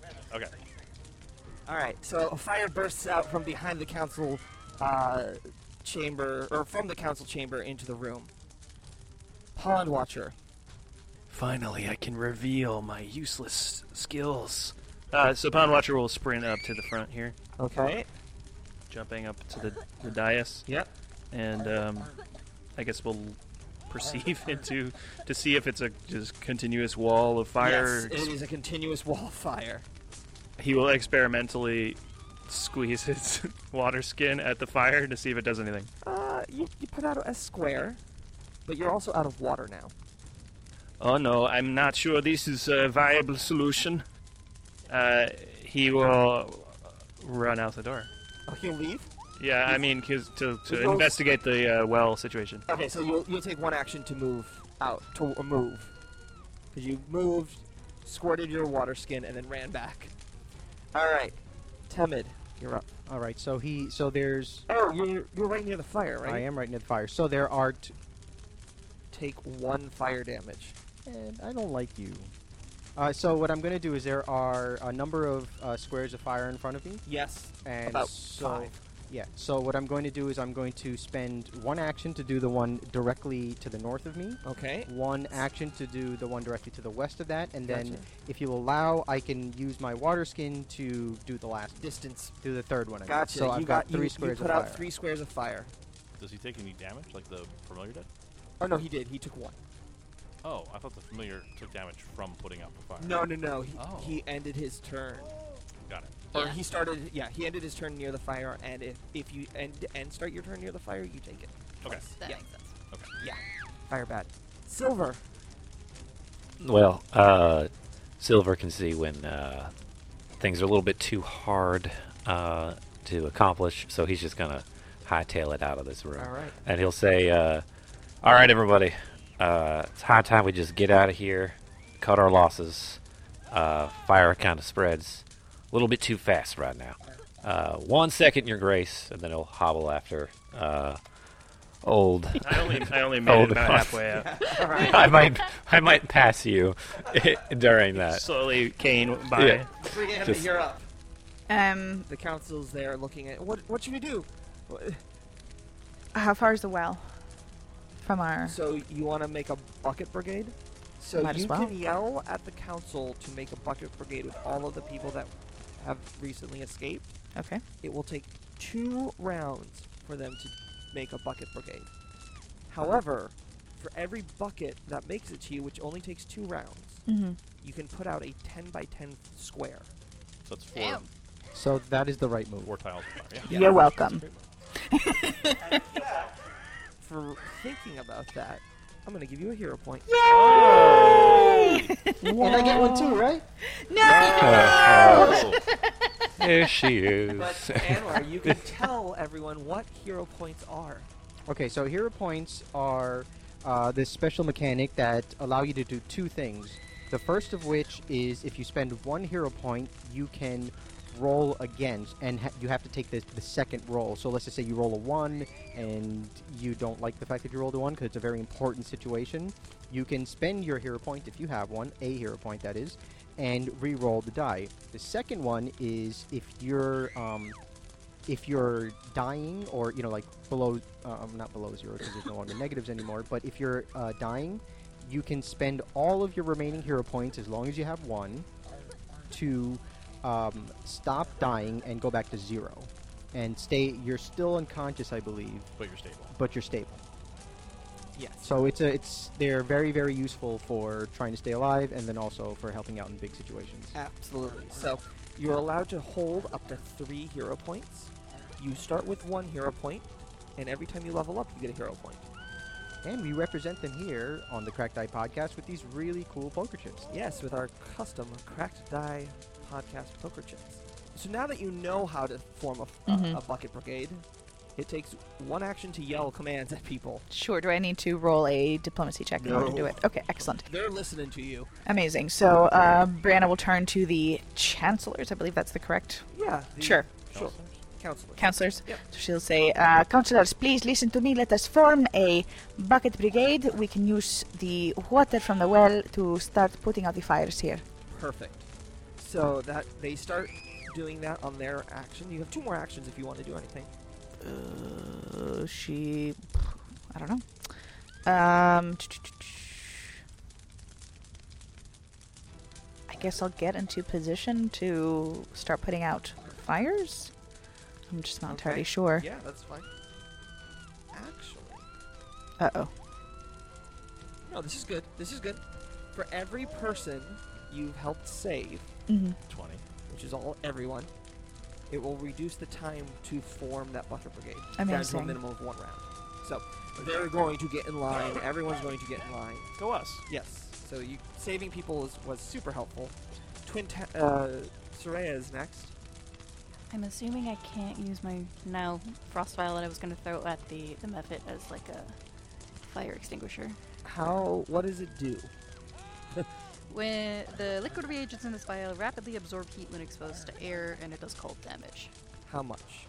is.
Okay.
All right, so a fire bursts out from behind the council uh, chamber, or from the council chamber into the room. Pond Watcher.
Finally, I can reveal my useless skills. Uh, so Pond Watcher will sprint up to the front here,
Okay.
jumping up to the, the dais,
Yep.
and um, I guess we'll perceive into to see if it's a just continuous wall of fire.
Yes, it is a continuous wall of fire.
He will experimentally squeeze his water skin at the fire to see if it does anything.
Uh, you, you put out a square, but you're also out of water now.
Oh no, I'm not sure this is a viable solution. Uh, he will run out the door.
Oh, you leave?
Yeah, I mean, 'cause to,
He
to
goes-
investigate the uh, well situation.
Okay, so you'll, you'll take one action to move out, to uh, move. Because you moved, squirted your water skin, and then ran back. All right. Temid, you're up.
All right, so he, so there's.
Oh, you're, you're right near the fire, right?
I am right near the fire. So there are. T-
Take one fire damage.
and I don't like you. Uh, so what I'm going to do is there are a number of uh, squares of fire in front of me,
Yes.
and
About
so
five.
yeah. So what I'm going to do is I'm going to spend one action to do the one directly to the north of me,
Okay.
one action to do the one directly to the west of that, and then
Gotcha.
if you allow, I can use my water skin to do the last,
Distance.
do the third one. I mean.
Gotcha.
So
you
I've got
you-
three squares
You put
of
out
fire.
three squares of fire.
Does he take any damage, like the familiar did?
Oh no, he did. He took one.
Oh, I thought the familiar took damage from putting out the fire.
No, no, no. He,
Oh.
he ended his turn.
Got it.
Or
Yeah.
he started. Yeah, he ended his turn near the fire. And if, if you end and start your turn near the fire, you take it.
Okay.
That
Yeah.
makes sense.
Yeah. Fire bat. Silver.
Well, uh, Silver can see when uh, things are a little bit too hard uh, to accomplish, so he's just gonna hightail it out of this room.
All right.
And he'll say, uh, "All right, everybody, uh, it's high time we just get out of here, cut our losses. Uh, fire kind of spreads a little bit too fast right now. Uh, one second, Your Grace, and then he'll hobble after." Uh, Old.
I only- I only made it
old
about
Hoss.
halfway up. All right.
I might, I might pass you during that.
Slowly, Kane by.
Yeah.
We have
Just-
you're up.
Um,
The council's there looking at what? What should we do? Wh-
how far is the well from our?
So you want to make a bucket brigade? So
Might as
you
well.
can yell at the council to make a bucket brigade with all of the people that have recently escaped.
Okay.
It will take two rounds for them to make a bucket brigade. However, for every bucket that makes it to you, which only takes two rounds,
Mhm.
you can put out a 10 by 10 square.
So it's four,
So that is the right move.
four tiles. of fire, Yeah.
Yeah.
You're welcome.
For thinking about that, I'm going to give you a hero point.
And I get one too, right?
Oh, There she is.
But Anwar, you can tell everyone what hero points are.
Okay, so hero points are uh, this special mechanic that allow you to do two things. The first of which is if you spend one hero point, you can roll again, and ha- you have to take the, the second roll. So let's just say you roll a one, and you don't like the fact that you rolled a one because it's a very important situation. You can spend your hero point if you have one, a hero point that is, and re-roll the die. The second one is if you're um, if you're dying or you know like below um, not below zero because there's no longer negatives anymore but if you're uh, dying you can spend all of your remaining hero points as long as you have one to um, stop dying and go back to zero and stay you're still unconscious i believe
But you're stable.
but you're stable
Yes.
so it's a it's they're very very useful for trying to stay alive and then also for helping out in big situations
Absolutely. So you're allowed to hold up to three hero points. You start with one hero point, and every time you level up, you get a hero point.
and we represent them here on the cracked eye podcast with these really cool poker chips
Yes, with our custom cracked die podcast poker chips. So now that you know how to form a, a-
Mhm.
a bucket brigade, it takes one action to yell commands at people.
Sure. Do I need to roll a diplomacy check in order to do it? Okay. Excellent.
They're listening to you.
Amazing. So uh, Brianna will turn to the chancellors. I believe that's the correct
Yeah. the-
Sure.
Sure. Counselor.
counselors.
Yep.
So she'll say, uh, "Counselors, please listen to me. Let us form a bucket brigade. We can use the water from the well to start putting out the fires here."
Perfect. So that they start doing that on their action. You have two more actions if you want to do anything.
Uh, she, I don't know. Um, I guess I'll get into position to start putting out fires. I'm just not entirely
Okay.
sure.
Yeah, that's fine. Actually,
Uh oh.
no, this is good. This is good. For every person you've helped save,
Mm-hmm.
Twenty.
which is all everyone, it will reduce the time to form that bucket brigade down to a
Amazing.
minimum of one round. So they're going to get in line. Everyone's going to get in line.
Go us.
Yes. So you saving people is, was super helpful. Twin ta- uh, Soraya is next.
I'm assuming I can't use my now frost violet I was going to throw at the, the Mephit as like a fire extinguisher.
How? What does it do?
When the liquid reagents in this vial rapidly absorb heat when exposed to air, and it does cold damage.
How much?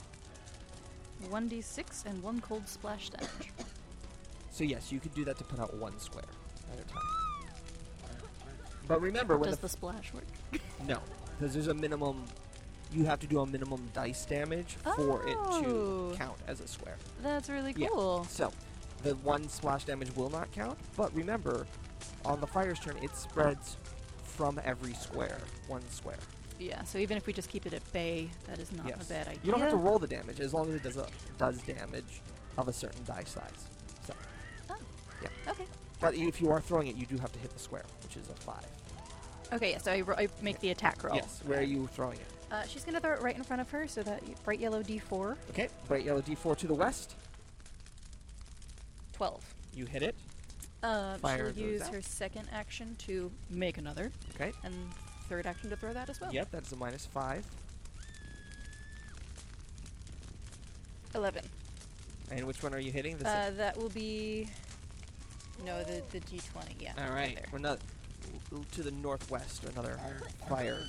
1d6 and 1 cold splash damage.
So yes, you could do that to put out one square at a time. But remember, when
does
the,
the splash work?
no, because there's a minimum. You have to do a minimum dice damage for it
Oh.
to count as a square.
That's really
Yeah.
cool.
So, the one splash damage will not count. But remember, on the fire's turn, it spreads from every square, one square.
Yeah. so even if we just keep it at bay, that is not
yes.
a bad idea.
You don't have to roll the damage as long as it does a, does damage of a certain die size. So,
Oh.
Yeah.
Okay.
but if you are throwing it, you do have to hit the square, which is a five.
Okay, yeah, so I, ro- I make the attack roll.
Yes. Where are you throwing it?
Uh, she's going to throw it right in front of her, so that y- bright yellow d4,
Okay, bright yellow D4 to the west.
12.
You hit it.
Um,
Fire
she'll
goes
use
out.
her second action to make another
Okay.
and third action to throw that as well.
Yep, that's a minus five.
11.
And which one are you hitting? The
Uh, that will be. No, the, the d20, yeah.
All right,
there.
we're not l- to the northwest. Another fire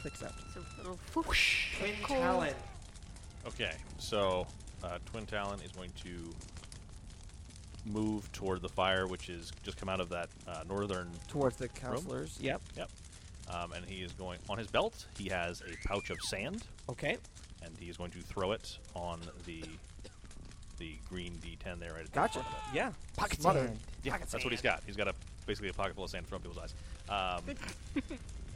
clicks up.
So little whoosh.
Twin
Cool.
Talon.
Okay, so uh, Twin Talon is going to move toward the fire, which is just come out of that uh, northern
Towards the
room.
counselors. Yep.
Yep. Um, and he is going on his belt. He has a pouch of sand,
Okay.
and he is going to throw it on the the green D10 there right at
Gotcha.
the front of it.
Yeah.
Pocket
Smothered.
sand.
Yeah,
Pocket
that's what he's got. He's got a basically a pocket full of sand in front of people's eyes. Um,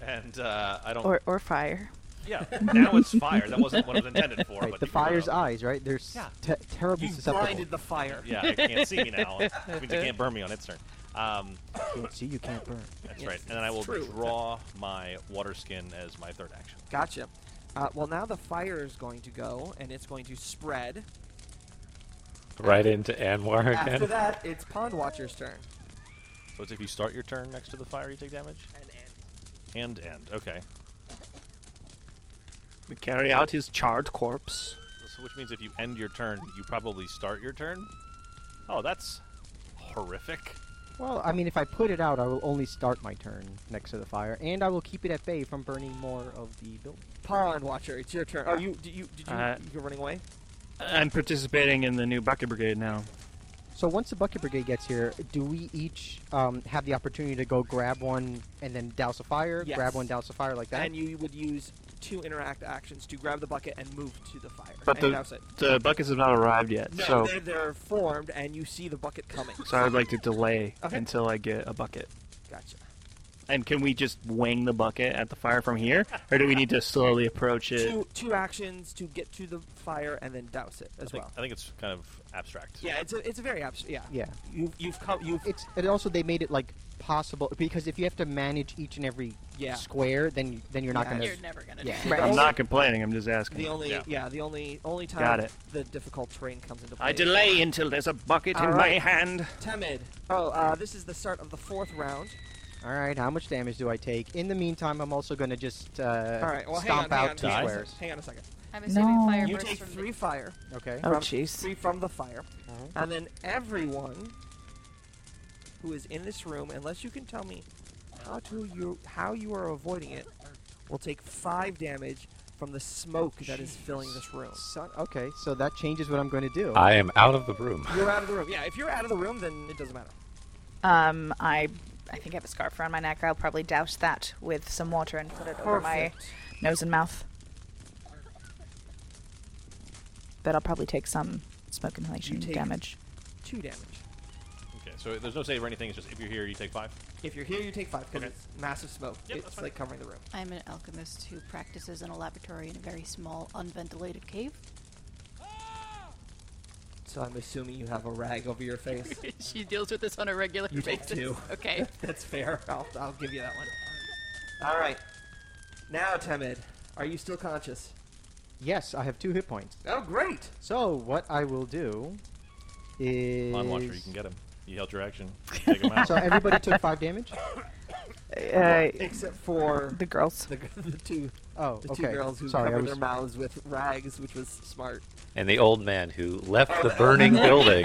and uh, I don't.
Or, or fire.
yeah, now it's fire. That wasn't what it was intended for.
Right,
but
the
you can
fire's
throw it.
eyes, right? They're s-
Yeah.
te- terribly
You
susceptible.
blinded the fire.
Yeah, it can't see me now. It means it can't burn me on its turn. Um,
Can't see, you can't burn.
that's
Yes,
right. And then I
that's
will
true.
draw my water skin as my third action.
Gotcha. Uh, well, now the fire is going to go, and it's going to spread.
Right into Anwar again.
After that, it's Pond Watcher's turn.
So it's if you start your turn next to the fire, you take damage?
And, and
And end. Okay.
We carry out his charred corpse.
So which means if you end your turn, you probably start your turn? Oh, that's horrific.
Well, I mean, if I put it out, I will only start my turn next to the fire, and I will keep it at bay from burning more of the building.
Pond Watcher, it's your turn. Oh, you did you did you
Uh,
you're running away?
I'm participating in the new bucket brigade now.
So once the bucket brigade gets here, do we each um, have the opportunity to go grab one and then douse a fire?
Yes.
Grab one, douse a fire like that?
And you would use two interact actions to grab the bucket and move to the fire.
But
and
the-
douse it.
The buckets have not arrived yet,
No,
so
they're, they're formed, and you see the bucket coming.
so I would like to delay
Okay.
until I get a bucket.
Gotcha.
And can we just wang the bucket at the fire from here, or do we need to slowly approach it?
Two two actions to get to the fire and then douse it
I
as
think,
well.
I think it's kind of abstract.
Yeah, it's a it's a very abstract. Yeah.
yeah.
You've you've come you've
It's and also they made it like possible because if you have to manage each and every
Yeah.
square, then then you're not
Yeah,
gonna.
You're never going to
Yeah.
do
Right.
that.
I'm not complaining. I'm just asking.
the only yeah.
Yeah.
the only only time
Got it.
the difficult terrain comes into play.
I delay until there's a bucket
All
in my
right.
hand.
Temid. Oh, uh, this is the start of the fourth round.
All right, how much damage do I take? In the meantime, I'm also gonna just uh,
All right. Well, hang on, hang
stomp out
on,
two
hang on,
squares.
Hang on a second.
I'm assuming
No.
fire
You
bursts
take
from
three fire,
Okay.
Oh,
From-
jeez.
three from the fire, and then everyone who is in this room, unless you can tell me how to you how you are avoiding it, will take five damage from the smoke that is filling this room.
So- okay, so that changes what I'm going to do.
I am out of the room.
You're out of the room. Yeah, if you're out of the room, then it doesn't matter.
Um, I I think I have a scarf around my neck. I'll probably douse that with some water and put it over my
Perfect.
nose and mouth. But I'll probably take some smoke inhalation
take-
damage.
Two damage.
Okay, so there's no save or anything. It's just if you're here, you take five.
If you're here, you take five because
Okay.
it's massive smoke.
Yep, that's
it's
fine.
like covering the room.
I'm an alchemist who practices in a laboratory in a very small, unventilated cave.
So I'm assuming you have a rag over your face.
she deals with this on a regular
You take
basis.
two.
Okay.
That's fair. I'll, I'll give you that one. All right. Now, Temid, are you still conscious?
Yes, I have two hit points.
Oh, great.
So what I will do is.
Pond Watcher, you can get him. You held your action. Take him out.
So everybody took five damage.
Uh,
Except for
the girls.
the, the two
Oh,
the
okay.
two girls who
Sorry, I
covered
was
their mouths with rags, which was smart.
And the old man who left the burning building.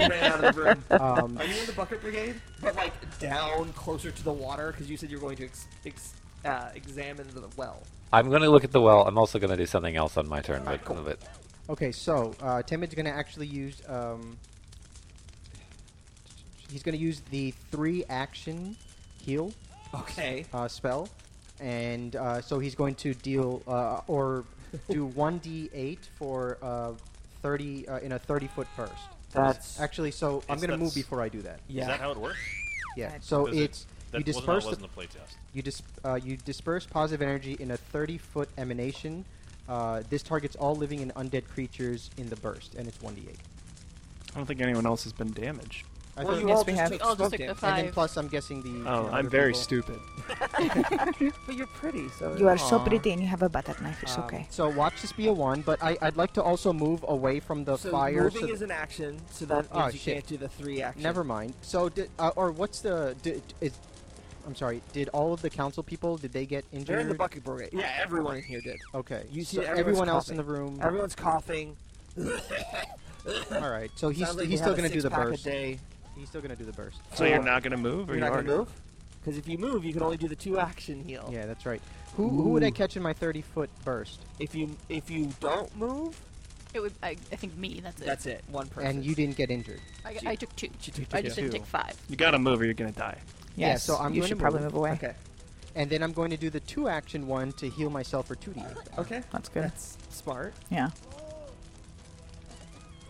Ran out of the room.
Um,
Are you in the bucket brigade? But like down closer to the water because you said you were going to ex- ex- uh, examine the well.
I'm going to look at the well. I'm also going to do something else on my turn. But, but
okay, so uh, Timid's going to actually use. Um, he's going to use the three action heal
Okay.
uh, spell, and uh, so he's going to deal uh, or do one d8 for uh, thirty uh, in a thirty foot burst.
That's
Actually, so I'm
It's-
going to move
that's-
before I do that.
yeah.
Is that how it works?
Yeah.
Gotcha.
So
Does it-
Oh,
That
it's you
wasn't how it
disperse
was
the
in the playtest.
You, dis- uh, you disperse positive energy in a 30 foot emanation. Uh, this targets all living and undead creatures in the burst, and it's 1d8.
I don't think anyone else has been damaged.
I
well,
thought-
you
Yes,
all
we
just
have.
took
We all just
smoke
took the
damage.
and then
Five.
plus, I'm guessing the. you know,
Oh, I'm
other
very
people-
stupid.
But you're pretty, so
You are so
Aw.
pretty and you have a butter knife. It's
Um,
okay.
So watch this be a one, but I, I'd like to also move away from the
So
fire.
moving
so
is an action, so that means
Oh,
you
shit.
can't do the three action.
never mind. So, di- uh, or what's the? Di- is, I'm sorry. Did all of the council people? Did they get injured?
They're in the bucket brigade. Yeah, everyone in here did.
Okay.
You see
so
everyone's
everyone else in the
coughing.
room.
Everyone's coughing.
All right. So he's
Sounds like
he's
they
still
have a
going to do the
six-pack a
burst.
day.
He's still going to do the burst.
So you're not gonna move,
You're
or you
not
are
gonna move? Because if you move, you can only do the two action heal.
Yeah, that's right. Who who would I
Oh. Ooh.
catch in my 30 foot burst?
If you if you don't move,
It would. I, I think me. That's it.
that's it. One person.
And you didn't get injured.
I, I took two.
She took
I
two.
just didn't
Two.
take five.
You gotta move, or you're gonna die.
Yeah, so I'm
you
going
should
to
probably
move.
move away.
Okay.
And then I'm going to do the two action one to heal myself for 2d.
Okay.
That's good.
That's smart.
Yeah.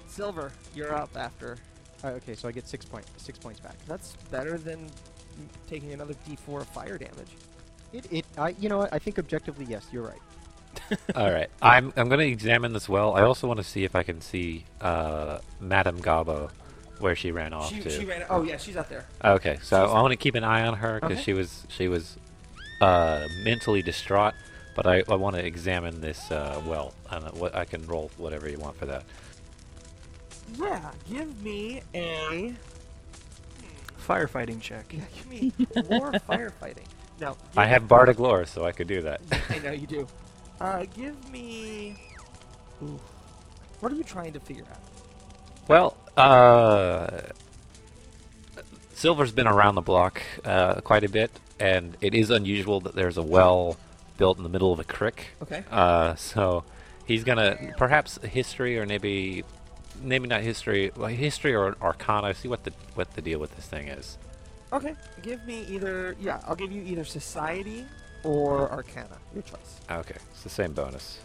Silver, you're up after.
Uh, okay, so I get six point six points back.
That's better than taking another D4 of fire damage.
It it I you know what I think objectively yes you're right.
All right, I'm I'm gonna examine this well. I also want to see if I can see uh, Madame Gabo, where she ran off
She,
to.
she ran. Oh yeah, she's out there.
Okay, so I want to keep an eye on her because
Okay.
she was she was uh, mentally distraught. But I, I want to examine this uh, well, and what I can roll whatever you want for that.
Yeah. Give me a.
Firefighting check.
Yeah, give me war firefighting. No.
I
give-
have Bardic lore, so I could do that.
I know you do. Uh, give me. Ooh. What are you trying to figure out?
well, uh, Silver's been around the block uh, quite a bit, and it is unusual that there's a well built in the middle of a creek.
Okay.
Uh, so he's gonna perhaps history or maybe maybe not history, well, history or arcana. See what the what the deal with this thing is.
Okay. Give me either. Yeah, I'll give you either society or arcana. Your choice.
Okay, it's the same bonus.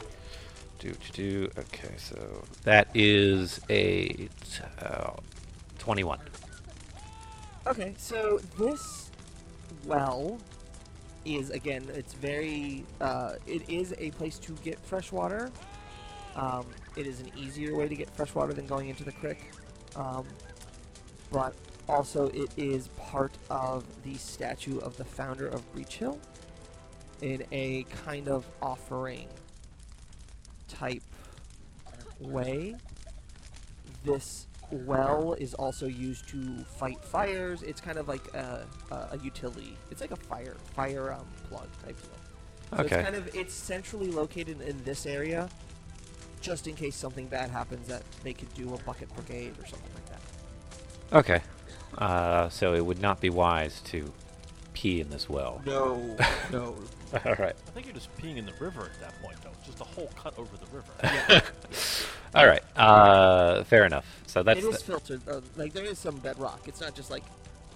Do do do. Okay, so that is a t- uh, twenty-one.
Okay, so this well is again. It's very. Uh, it is a place to get fresh water. Um, it is an easier way to get fresh water than going into the creek, um, but also it is part of the statue of the founder of Breach Hill in a kind of offering type way. This well is also used to fight fires. It's kind of like a, a, a utility. It's like a fire fire um, plug type deal. So
Okay.
It's kind of it's centrally located in this area, just in case something bad happens that they could do a bucket brigade or something like that.
Okay, uh, so it would not be wise to pee in this well.
No, no.
All right.
I think you're just peeing in the river at that point, though. Just a whole cut over the river.
All right. Uh, fair enough. So that's
it is
the-
filtered. Uh, like there is some bedrock. It's not just like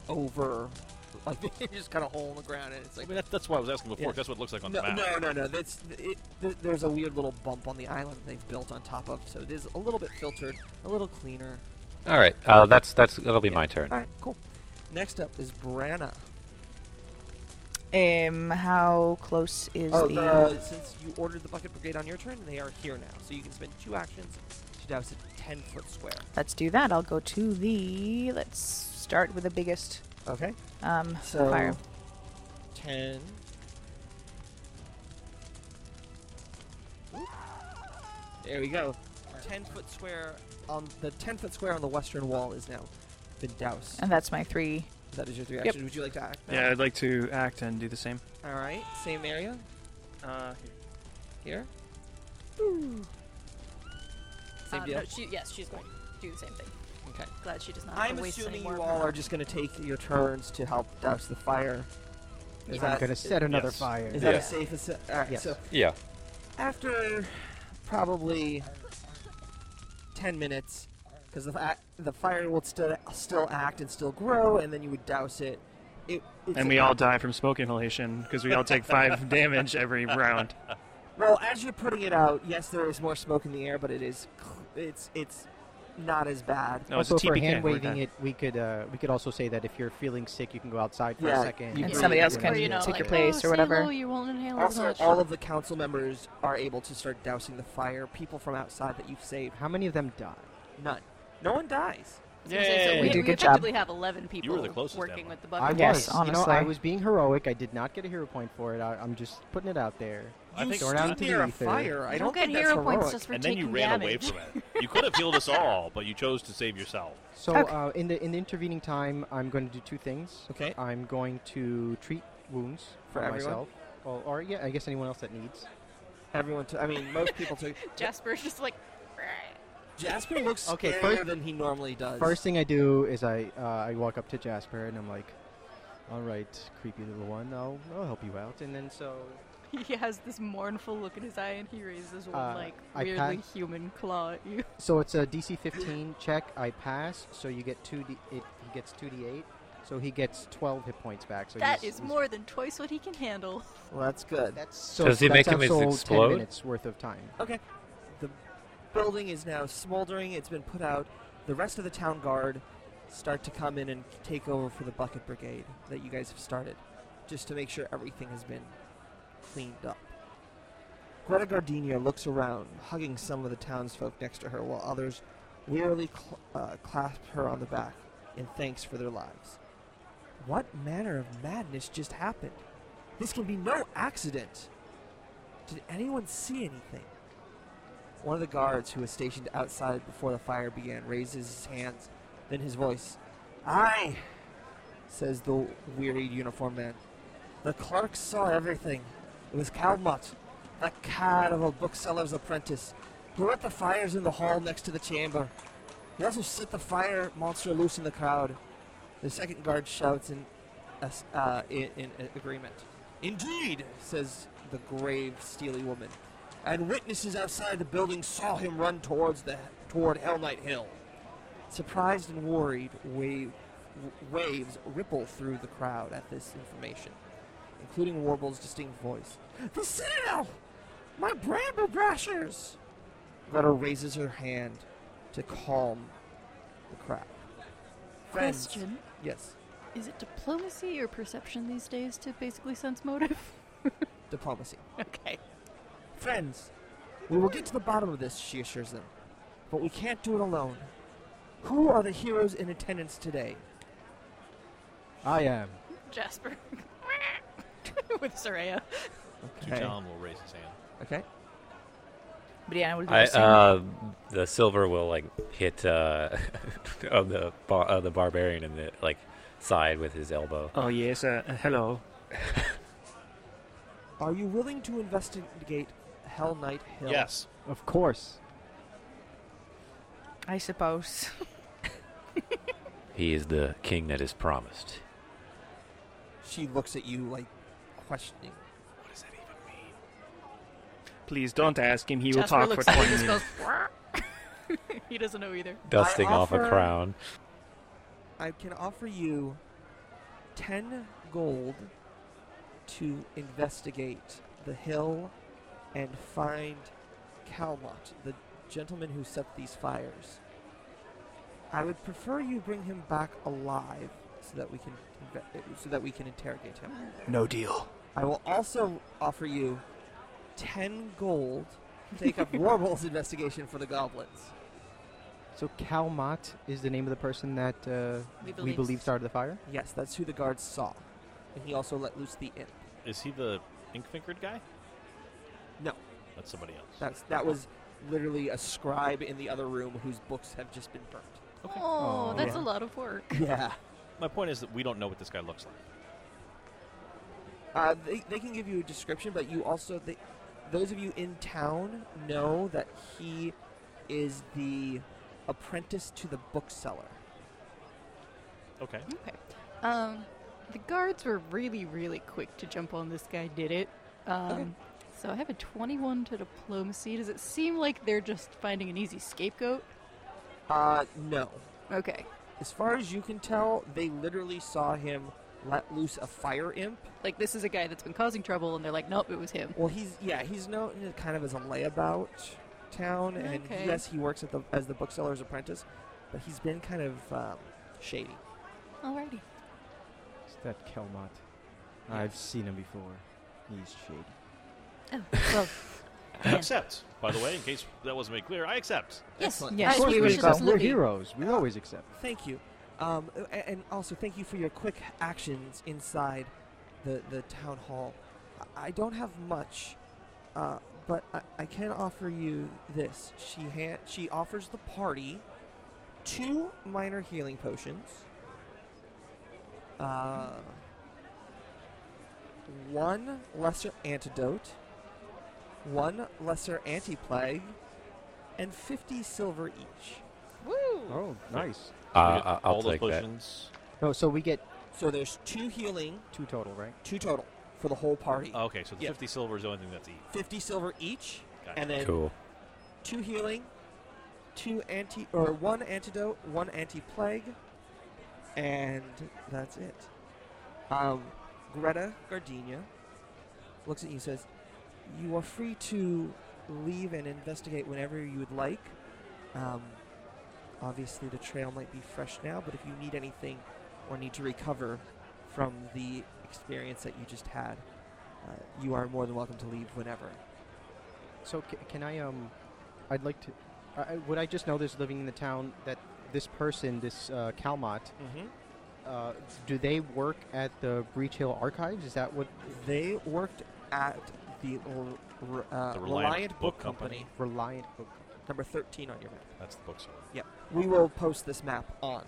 over. Like you just kind of hole in the ground and it's
I
like
mean, that, that's what I was asking before.
Yeah.
'cause That's what it looks like on
no,
the map.
no, no, no. That's it, th- there's a weird little bump on the island they've built on top of, so it is a little bit filtered, a little cleaner.
all right. Uh, that's that's that'll be my turn.
All right, cool. Next up is Branna.
Um, how close is
Oh,
the?
the, since you ordered the bucket brigade on your turn, they are here now, so you can spend two actions to douse a ten foot square.
Let's do that. I'll go to the. Let's start with the biggest.
Okay.
Um,
So
fire.
ten. There we go. Ten foot square on the ten foot square on the western wall is now been doused.
Uh-huh.
and that's my three.
That is your three actions. Would you like to act? now?
Yeah, I'd like to act and do the same.
All right. Same area
Uh,
here. Same
Uh,
deal.
no, she, yes, she's going to do the same thing.
Okay.
Glad she does not. have
I'm
to waste
assuming
any
you
more
all are just going to take your turns to help douse the fire. Is
I'm
that
going to set another
yes.
fire.
is that
Yeah.
a safe? Ass- all right.
Yes.
So
Yeah.
after probably 10 minutes because the, fa- the fire will still still act and still grow and then you would douse it, it it's
and we all die from smoke inhalation because we all take five damage every round.
well as you're putting it out yes there is more smoke in the air but it is cl- it's it's not as bad
No, it's a
also, for
TPK.
hand
we're
waving
done.
it, we could uh, we could also say that if you're feeling sick, you can go outside for
Yeah,
a second.
And
you breathe
somebody
it
else
in.
can
you know,
take
like,
your place
oh,
or whatever.
Oh, you won't inhale as
also
much.
all of the council members are able to start dousing the fire people from outside that you've saved
How many of them die?
none no one dies
So we,
We do
we
good job.
effectively have 11 people
the closest,
working
Emma.
with the
I
bucket.
Yes,
was. You know, I
honestly.
was being heroic. I did not get a hero point for it. I, I'm just putting it out there.
I
You
think
stood
Not
near a fire. I don't think that's heroic.
and then you ran away from it. You could have healed us all, but you chose to save yourself.
So uh, in the in the intervening time, I'm going to do two things. Okay. I'm going to treat wounds
For everyone?
myself, well, or yeah, I guess anyone else that needs.
Everyone, t- I mean, most people took.
Jasper's just like.
Jasper looks
Okay,
scarier
first-
than he normally does.
First thing I do is I uh, I walk up to Jasper and I'm like, "All right, creepy little one, I'll I'll help you out." And then so
He has this mournful look in his eye, and he raises one
Uh,
like
I
weirdly
pass-
human claw at you.
so it's a DC 15 check. I pass, so you get two d it, he gets two d8, so he gets 12 hit points back. So
that
he's-
is
he's-
more than twice what he can handle.
Well, that's good.
That's so
Does he
that's
make him
also 10
explode?
minutes worth of time.
Okay. The building is now smoldering. It's been put out. The rest of the town guard start to come in and take over for the bucket brigade that you guys have started, just to make sure everything has been cleaned up. Greta Gardenia looks around, hugging some of the townsfolk next to her, while others wearily cl- uh, clasp her on the back in thanks for their lives. What manner of madness just happened? This can be no accident. Did anyone see anything? One of the guards who was stationed outside before the fire began raises his hands, then his voice. Aye, says the wearied uniformed man. The clerk saw everything. It was Calmot, the cad of a bookseller's apprentice, who lit the fires in the hall next to the chamber. He also set the fire monster loose in the crowd. The second guard shouts in, as- uh, in, in agreement. Indeed, says the grave, steely woman. And witnesses outside the building saw him run towards the toward Hell Knight Hill. Surprised and worried, wave, w- waves ripple through the crowd at this information, including Warble's distinct voice. The Citadel! My Bramble Brashers! Greta raises her hand to calm the crowd. Friends.
Question.
Yes,
Is it diplomacy or perception these days to basically sense motive?
diplomacy.
okay.
Friends, we will get to the bottom of this, she assures them. But we can't do it alone. Who are the heroes in attendance today?
I am.
Jasper. With Soraya.
John will raise his hand.
Okay.
Brianna will do
I,
the same.
uh, the silver will like hit uh, of the bar, uh, the barbarian in the like side with his elbow.
Oh yes, uh, hello.
Are you willing to investigate Hell Knight Hill?
Yes.
Of course.
I suppose.
He is the king that is promised.
She looks at you like questioning.
What does that even mean?
Please don't ask him. He will
Jasper
talk for
looks at you
20
and just
minutes.
goes, He doesn't know either.
Dusting off a
offer-
crown.
I can offer you 10 gold to investigate the hill and find Calmot, the gentleman who set these fires. I would prefer you bring him back alive so that we can inve- so that we can interrogate him.
No deal.
I will also offer you 10 gold to take up Warble's investigation for the goblins.
So Calmot is the name of the person that uh,
We
we,
believe-
believe started the fire.
Yes, that's who the guards saw. And he also let loose the imp.
Is he the ink fingered guy?
No.
That's somebody else.
That's that was literally a scribe in the other room whose books have just been burnt.
Oh,
Oh,
that's
yeah.
a lot of work.
Yeah.
My point is that we don't know what this guy looks like.
Uh, they, they can give you a description, but you also they, those of you in town know that he is the apprentice to the bookseller.
Okay.
Okay. Um, the guards were really, really quick to jump on this guy. Did it? Um, So I have a 21 to diplomacy. Does it seem like they're just finding an easy scapegoat?
Uh, no.
Okay.
As far as you can tell, they literally saw him let loose a fire imp.
Like this is a guy that's been causing trouble, and they're like, nope, it was him.
Well, he's yeah, he's known kind of as a layabout town, and
Okay.
yes, he works at the as the bookseller's apprentice, but he's been kind of um, shady.
Alrighty.
It's that Calmot. I've seen him before. He's shady.
Oh well.
I accept. By the way, in case that wasn't made clear, I accept.
yes.
Excellent.
Yes.
of course
we
we
should
accept. We're
absolutely.
heroes. We always accept.
Thank you. Um, a- a- and also, thank you for your quick actions inside the, the town hall. I- I don't have much, Uh, but I, I can offer you this. She ha- she offers the party two minor healing potions. Uh, one lesser antidote, one lesser anti-plague, and 50 silver each.
Woo!
Oh, nice.
Uh, uh, I'll take that.
No, Oh, so we get
So there's two healing,
two total, right?
two total for the whole party.
Oh, okay, so the
Yeah.
50 silver is the only thing that's eat.
50 silver each,
Gotcha.
and then
Cool.
two healing, two anti or one antidote, one anti-plague, and that's it. Um, Greta Gardenia looks at you and says, "You are free to leave and investigate whenever you would like. Um, obviously, the trail might be fresh now, but if you need anything or need to recover from the experience that you just had, uh, you are more than welcome to leave whenever."
So c- can I um, I'd like to. I, I- would I just know this living in the town that this person, this uh, Kalmot,
Mm-hmm.
uh, do they work at the Breach Hill Archives? Is that what
They worked at the, L- R- uh,
The Reliant
Reliant,
Book
Book,
Company.
Company.
Reliant Book?
number 13 on your map.
That's the bookstore.
Yep. We will post this map on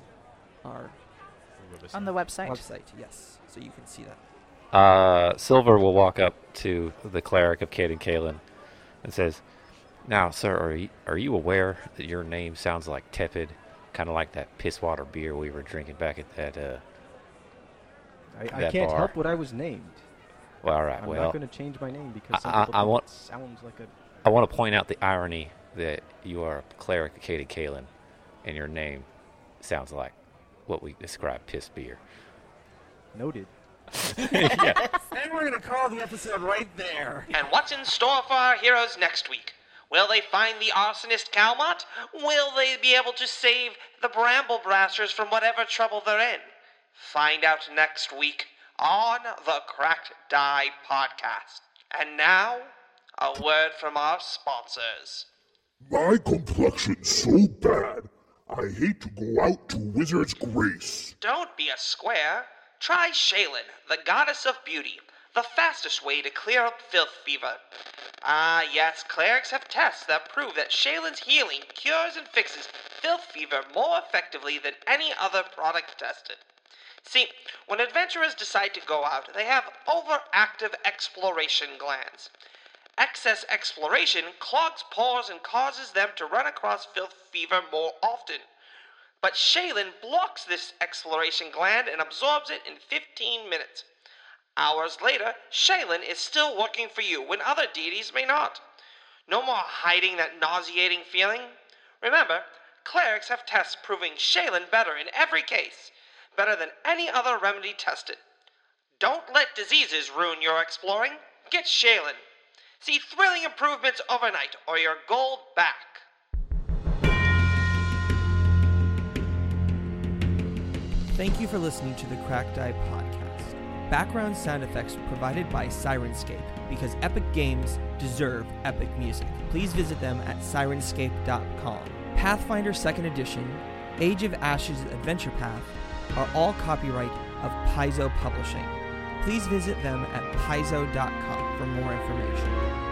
our
on the website.
website, yes, so you can see that.
Uh, Silver will walk up to the cleric of Caden Kalen and says, Now, sir, are you, are you aware that your name sounds like tepid? Kind of like that piss water beer we were drinking back at that. Uh,
I, I
That
can't
bar.
help what I was named.
well, all right,
I'm
well,
not going to change my name because some
I- I-
people
I
think
want-
it sounds like a.
I want to point out the irony that you are a cleric of Caden Kalen and your name sounds like what we describe piss beer.
Noted.
yeah.
And we're going to call the episode right there.
And what's in store for our heroes next week? Will they find the arsonist Calmont? Will they be able to save the Bramble Brassers from whatever trouble they're in? Find out next week on the Cracked Die Podcast. And now, a word from our sponsors.
My complexion's so bad, I hate to go out to Wizard's Grace.
Don't be a square. Try Shaylin, the goddess of beauty, the fastest way to clear up filth fever. Ah, yes, clerics have tests that prove that Shaylin's healing cures and fixes filth fever more effectively than any other product tested. See, when adventurers decide to go out, they have overactive exploration glands. Excess exploration clogs pores and causes them to run across filth fever more often. But Shaylin blocks this exploration gland and absorbs it in 15 minutes. Hours later, Shaylin is still working for you when other deities may not. No more hiding that nauseating feeling. Remember, clerics have tests proving Shaylin better in every case, better than any other remedy tested. Don't let diseases ruin your exploring. Get Shaylin. See thrilling improvements overnight or your gold back.
Thank you for listening to the Cracked Eye Podcast. Background sound effects provided by Sirenscape because epic games deserve epic music. Please visit them at sirenscape.com. Pathfinder 2nd Edition, Age of Ashes Adventure Path are all copyright of Paizo Publishing. Please visit them at paizo.com for more information.